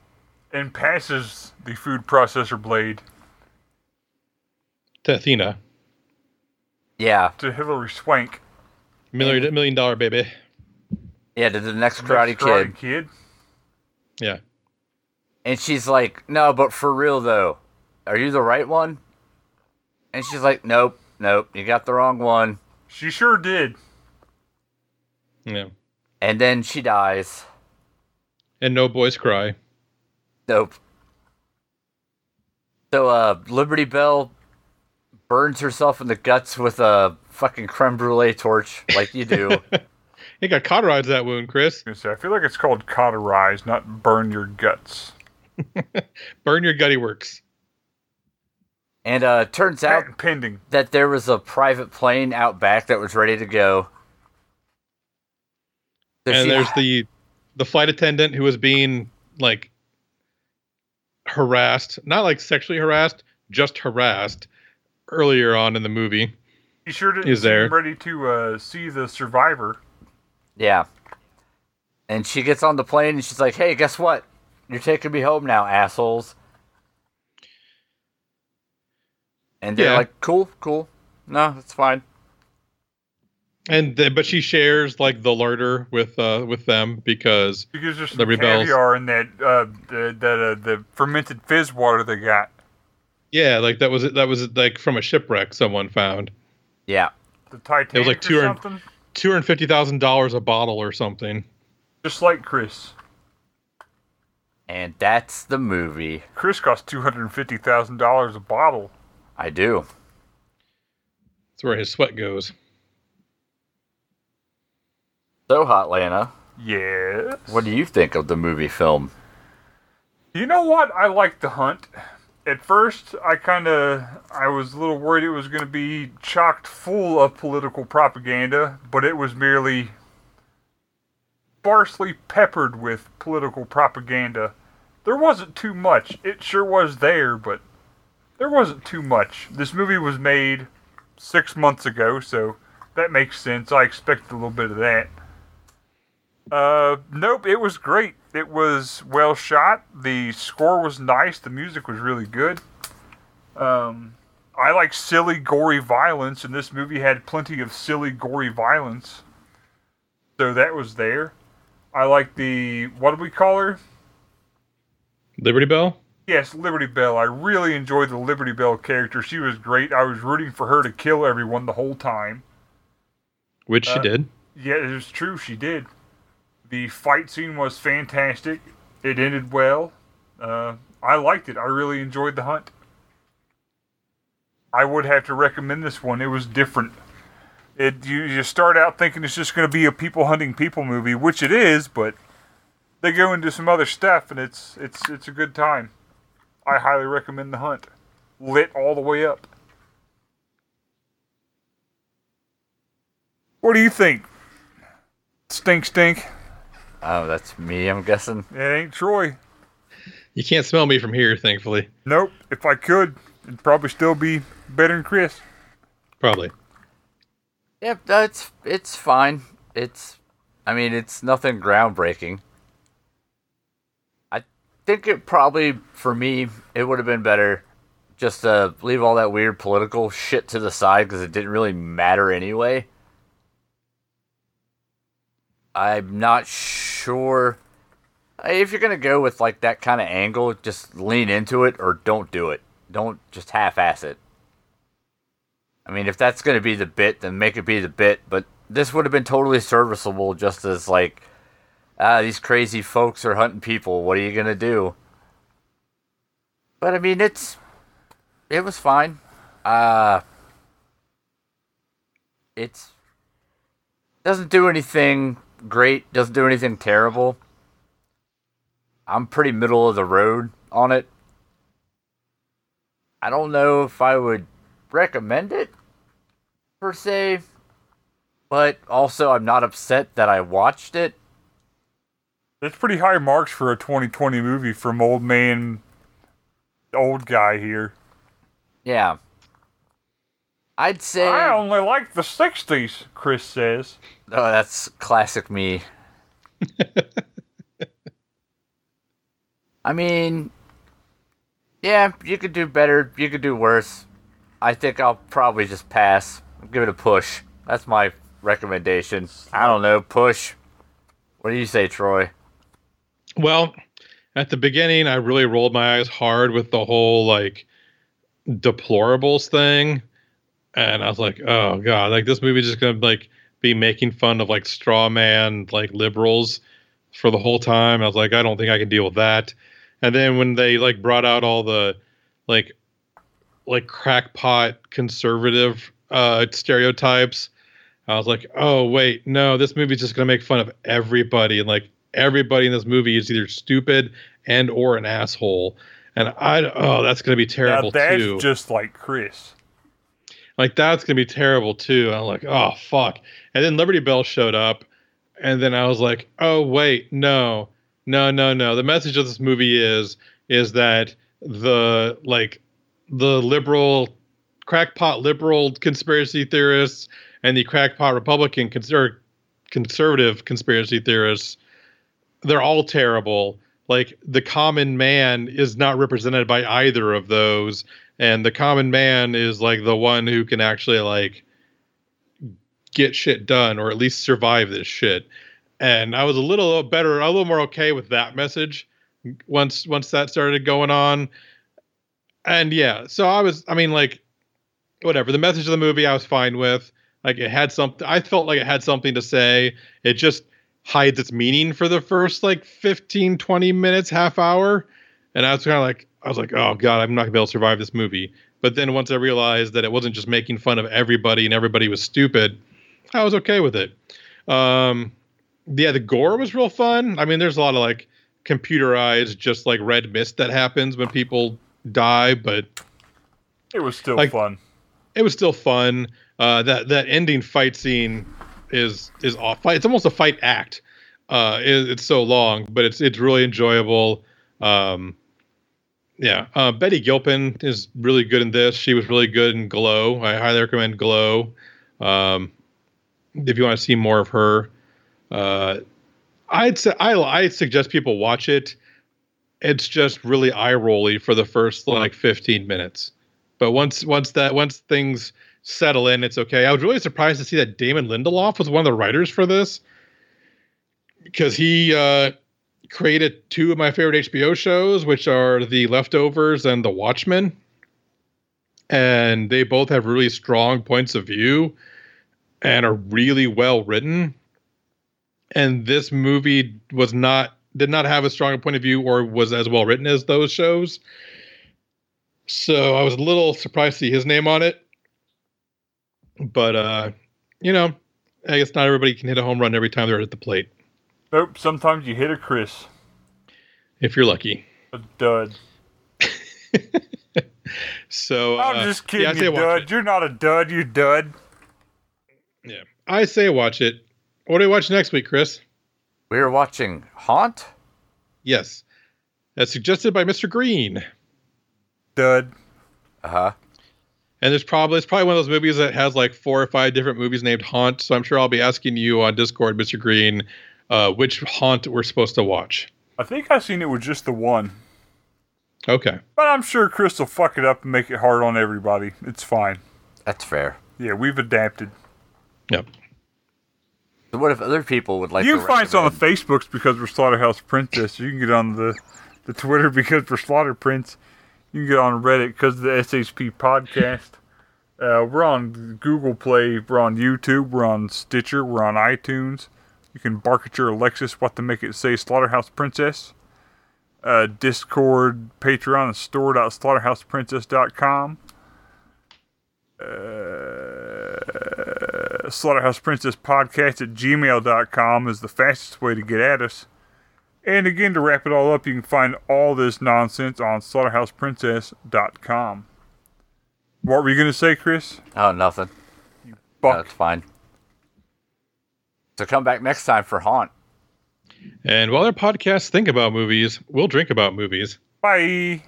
[SPEAKER 2] And passes the food processor blade
[SPEAKER 3] to Athena.
[SPEAKER 1] Yeah.
[SPEAKER 2] to Hillary Swank.
[SPEAKER 3] Million, million dollar baby.
[SPEAKER 1] Yeah, to the next Karate,
[SPEAKER 2] Next Karate
[SPEAKER 1] Kid.
[SPEAKER 2] Kid.
[SPEAKER 3] Yeah.
[SPEAKER 1] And she's like, no, but for real though, are you the right one? And she's like, nope, nope, you got the wrong one.
[SPEAKER 2] She sure did.
[SPEAKER 3] Yeah.
[SPEAKER 1] And then she dies.
[SPEAKER 3] And no boys cry.
[SPEAKER 1] Nope. So, uh, Liberty Bell burns herself in the guts with a fucking creme brulee torch, like you do.
[SPEAKER 3] It got cauterized that wound, Chris.
[SPEAKER 2] I was gonna say, I feel like it's called cauterize, not burn your guts.
[SPEAKER 3] Burn your gutty works.
[SPEAKER 1] and, uh, it turns out
[SPEAKER 2] Patent pending.
[SPEAKER 1] that there was a private plane out back that was ready to go. So
[SPEAKER 3] and
[SPEAKER 1] she-
[SPEAKER 3] there's the the flight attendant who was being like harassed, not like sexually harassed, just harassed earlier on in the movie.
[SPEAKER 2] She sure did.
[SPEAKER 3] Is there-
[SPEAKER 2] ready to uh, see the survivor?
[SPEAKER 1] Yeah. And she gets on the plane and she's like, hey, guess what? You're taking me home now, assholes. And they're
[SPEAKER 3] Yeah.
[SPEAKER 1] like, cool, cool. No, that's fine.
[SPEAKER 3] And th- but she shares like the larder with uh with them because
[SPEAKER 2] She gives her some
[SPEAKER 3] The rebels.
[SPEAKER 2] caviar and that uh, the, that uh, the fermented fizz water they got.
[SPEAKER 3] yeah, like that was that was like from a shipwreck someone found.
[SPEAKER 1] Yeah.
[SPEAKER 2] The Titanic
[SPEAKER 3] like
[SPEAKER 2] or
[SPEAKER 3] 200
[SPEAKER 2] something.
[SPEAKER 3] Two hundred fifty thousand dollars a bottle or something.
[SPEAKER 2] Just like Chris.
[SPEAKER 1] And that's the movie.
[SPEAKER 2] Chris cost two hundred and fifty thousand dollars a bottle.
[SPEAKER 1] I do.
[SPEAKER 3] That's where his sweat goes.
[SPEAKER 1] So, Hot Lana,
[SPEAKER 2] Yes.
[SPEAKER 1] what do you think of the movie film?
[SPEAKER 2] You know what? I like the hunt. At first, I kind of I was a little worried it was going to be chocked full of political propaganda, but it was merely sparsely peppered with political propaganda. There wasn't too much. It sure was there, but there wasn't too much. This movie was made 6 months ago, so that makes sense. I expected a little bit of that. Uh, nope, it was great. It was well shot. The score was nice. The music was really good. Um, I like silly, gory violence, and this movie had plenty of silly, gory violence. So that was there. I like the what do we call her?
[SPEAKER 3] Liberty Bell?
[SPEAKER 2] Yes, Liberty Bell. I really enjoyed the Liberty Bell character. She was great. I was rooting for her to kill everyone the whole time.
[SPEAKER 3] Which she
[SPEAKER 2] Uh,
[SPEAKER 3] did.
[SPEAKER 2] Yeah, it is true. She did. The fight scene was fantastic. It ended well. Uh, I liked it. I really enjoyed the hunt. I would have to recommend this one. It was different. It you, you start out thinking it's just going to be a people hunting people movie, which it is, but they go into some other stuff, and it's it's it's a good time. I highly recommend the hunt. Lit all the way up. What do you think? Stink, stink.
[SPEAKER 1] Oh, that's me, I'm guessing.
[SPEAKER 2] It ain't Troy.
[SPEAKER 3] You can't smell me from here, thankfully.
[SPEAKER 2] Nope. If I could, it'd probably still be better than Chris.
[SPEAKER 3] Probably.
[SPEAKER 1] Yep, that's it's fine. It's, I mean, it's nothing groundbreaking. I think it probably for me it would have been better just to leave all that weird political shit to the side because it didn't really matter anyway. I'm not sure if you're gonna go with like that kind of angle. Just lean into it or don't do it. Don't just half-ass it. I mean, if that's going to be the bit, then make it be the bit. But this would have been totally serviceable, just as like, ah, these crazy folks are hunting people. What are you going to do? But I mean, it's it was fine. Uh, it's doesn't do anything great. Doesn't do anything terrible. I'm pretty middle of the road on it. I don't know if I would recommend it per se, but also I'm not upset that I watched it.
[SPEAKER 2] That's pretty high marks for a 2020 movie from old man, old guy here.
[SPEAKER 1] Yeah. I'd say
[SPEAKER 2] I
[SPEAKER 1] Oh,
[SPEAKER 2] only like the 60s, Chris says.
[SPEAKER 1] that's classic me. I mean, yeah, you could do better, you could do worse. I think I'll probably just pass. Give it a push. That's my recommendation. I don't know, push. What do you say, Troy?
[SPEAKER 3] Well, at the beginning, I really rolled my eyes hard with the whole like deplorables thing, and I was like, "Oh god!" Like this movie's just gonna like be making fun of like straw man like liberals for the whole time. I was like, "I don't think I can deal with that." And then when they like brought out all the like like crackpot conservative uh, stereotypes, I was like, "Oh wait, no! This movie's just gonna make fun of everybody and like everybody in this movie is either stupid and or an asshole and i oh that's going to be
[SPEAKER 2] Now,
[SPEAKER 3] terrible
[SPEAKER 2] that's
[SPEAKER 3] too
[SPEAKER 2] just like Chris.
[SPEAKER 3] like that's going to be terrible too and i'm like oh fuck and then liberty bell showed up and then i was like oh wait no no no no the message of this movie is is that the like the liberal crackpot liberal conspiracy theorists and the crackpot republican conser- conservative conspiracy theorists they're all terrible like the common man is not represented by either of those and the common man is like the one who can actually like get shit done or at least survive this shit and i was a little better a little more okay with that message once once that started going on and yeah so i was i mean like whatever the message of the movie i was fine with like it had something i felt like it had something to say it just hides its meaning for the first like 15 20 minutes half hour and I was kind of like, I was like, oh god, I'm not gonna be able to survive this movie. But then once I realized that it wasn't just making fun of everybody and everybody was stupid, I was okay with it. Um, yeah, the gore was real fun. I mean, there's a lot of like computerized, just like red mist that happens when people die, but
[SPEAKER 2] It was still
[SPEAKER 3] Like-
[SPEAKER 2] fun.
[SPEAKER 3] it was still fun. Uh, that that ending fight scene is is off. It's almost a fight act. Uh, it, it's so long, but it's it's really enjoyable. Um, yeah, uh, Betty Gilpin is really good in this. She was really good in Glow. I highly recommend Glow um, if you want to see more of her. Uh, I'd say I I suggest people watch it. It's just really eye rolly for the first like 15 minutes but once once that once things settle in, it's okay. I was really surprised to see that Damon Lindelof was one of the writers for this because he uh, created two of my favorite HBO shows, which are The Leftovers and The Watchmen, and they both have really strong points of view and are really well written. And this movie was not did not have a strong point of view or was as well written as those shows. So I was a little surprised to see his name on it. But uh, you know, I guess not everybody can hit a home run every time they're at the plate,
[SPEAKER 2] Nope. Sometimes you hit a Chris.
[SPEAKER 3] if you're lucky.
[SPEAKER 2] A dud.
[SPEAKER 3] So uh,
[SPEAKER 2] I'm just kidding,
[SPEAKER 3] yeah, I say
[SPEAKER 2] you
[SPEAKER 3] watch
[SPEAKER 2] dud.
[SPEAKER 3] it.
[SPEAKER 2] You're not a dud, you dud.
[SPEAKER 3] Yeah. I say watch it. What do we watch next week, Chris?
[SPEAKER 1] We're watching Haunt?
[SPEAKER 3] Yes. as suggested by Mr. Green.
[SPEAKER 2] Dud.
[SPEAKER 1] Uh huh.
[SPEAKER 3] And there's probably it's probably one of those movies that has like four or five different movies named Haunt. So I'm sure I'll be asking you on Discord, Mr. Green, uh, which Haunt we're supposed to watch.
[SPEAKER 2] I think I seen it with just the one,
[SPEAKER 3] Okay.
[SPEAKER 2] but I'm sure Chris will fuck it up and make it hard on everybody. It's fine.
[SPEAKER 1] That's fair.
[SPEAKER 2] Yeah, we've adapted.
[SPEAKER 3] Yep.
[SPEAKER 1] So what if other people would like?
[SPEAKER 2] you
[SPEAKER 1] to
[SPEAKER 2] can find us on
[SPEAKER 1] recommend-
[SPEAKER 2] the Facebooks because we're Slaughterhouse Princess. You can get on the, the Twitter because we're Slaughter Prince. You can get on Reddit because of the SHP podcast. Uh, we're on Google Play. We're on YouTube. We're on Stitcher. We're on iTunes. You can bark at your Alexis what to make it say Slaughterhouse Princess. Uh, Discord, Patreon, and store.slaughterhouseprincess.com. Slaughterhouse Princess Podcast at gmail.com is the fastest way to get at us. And again, to wrap it all up, you can find all this nonsense on slaughterhouseprincess.com. What were you going to say, Chris?
[SPEAKER 1] Oh, nothing.
[SPEAKER 2] Fuck.
[SPEAKER 1] That's fine. So come back next time for Haunt.
[SPEAKER 3] And while our podcasts think about movies, we'll drink about movies.
[SPEAKER 2] Bye.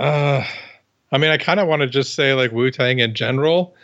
[SPEAKER 3] Uh, I mean, I kind of want to just say like Wu Tang in general,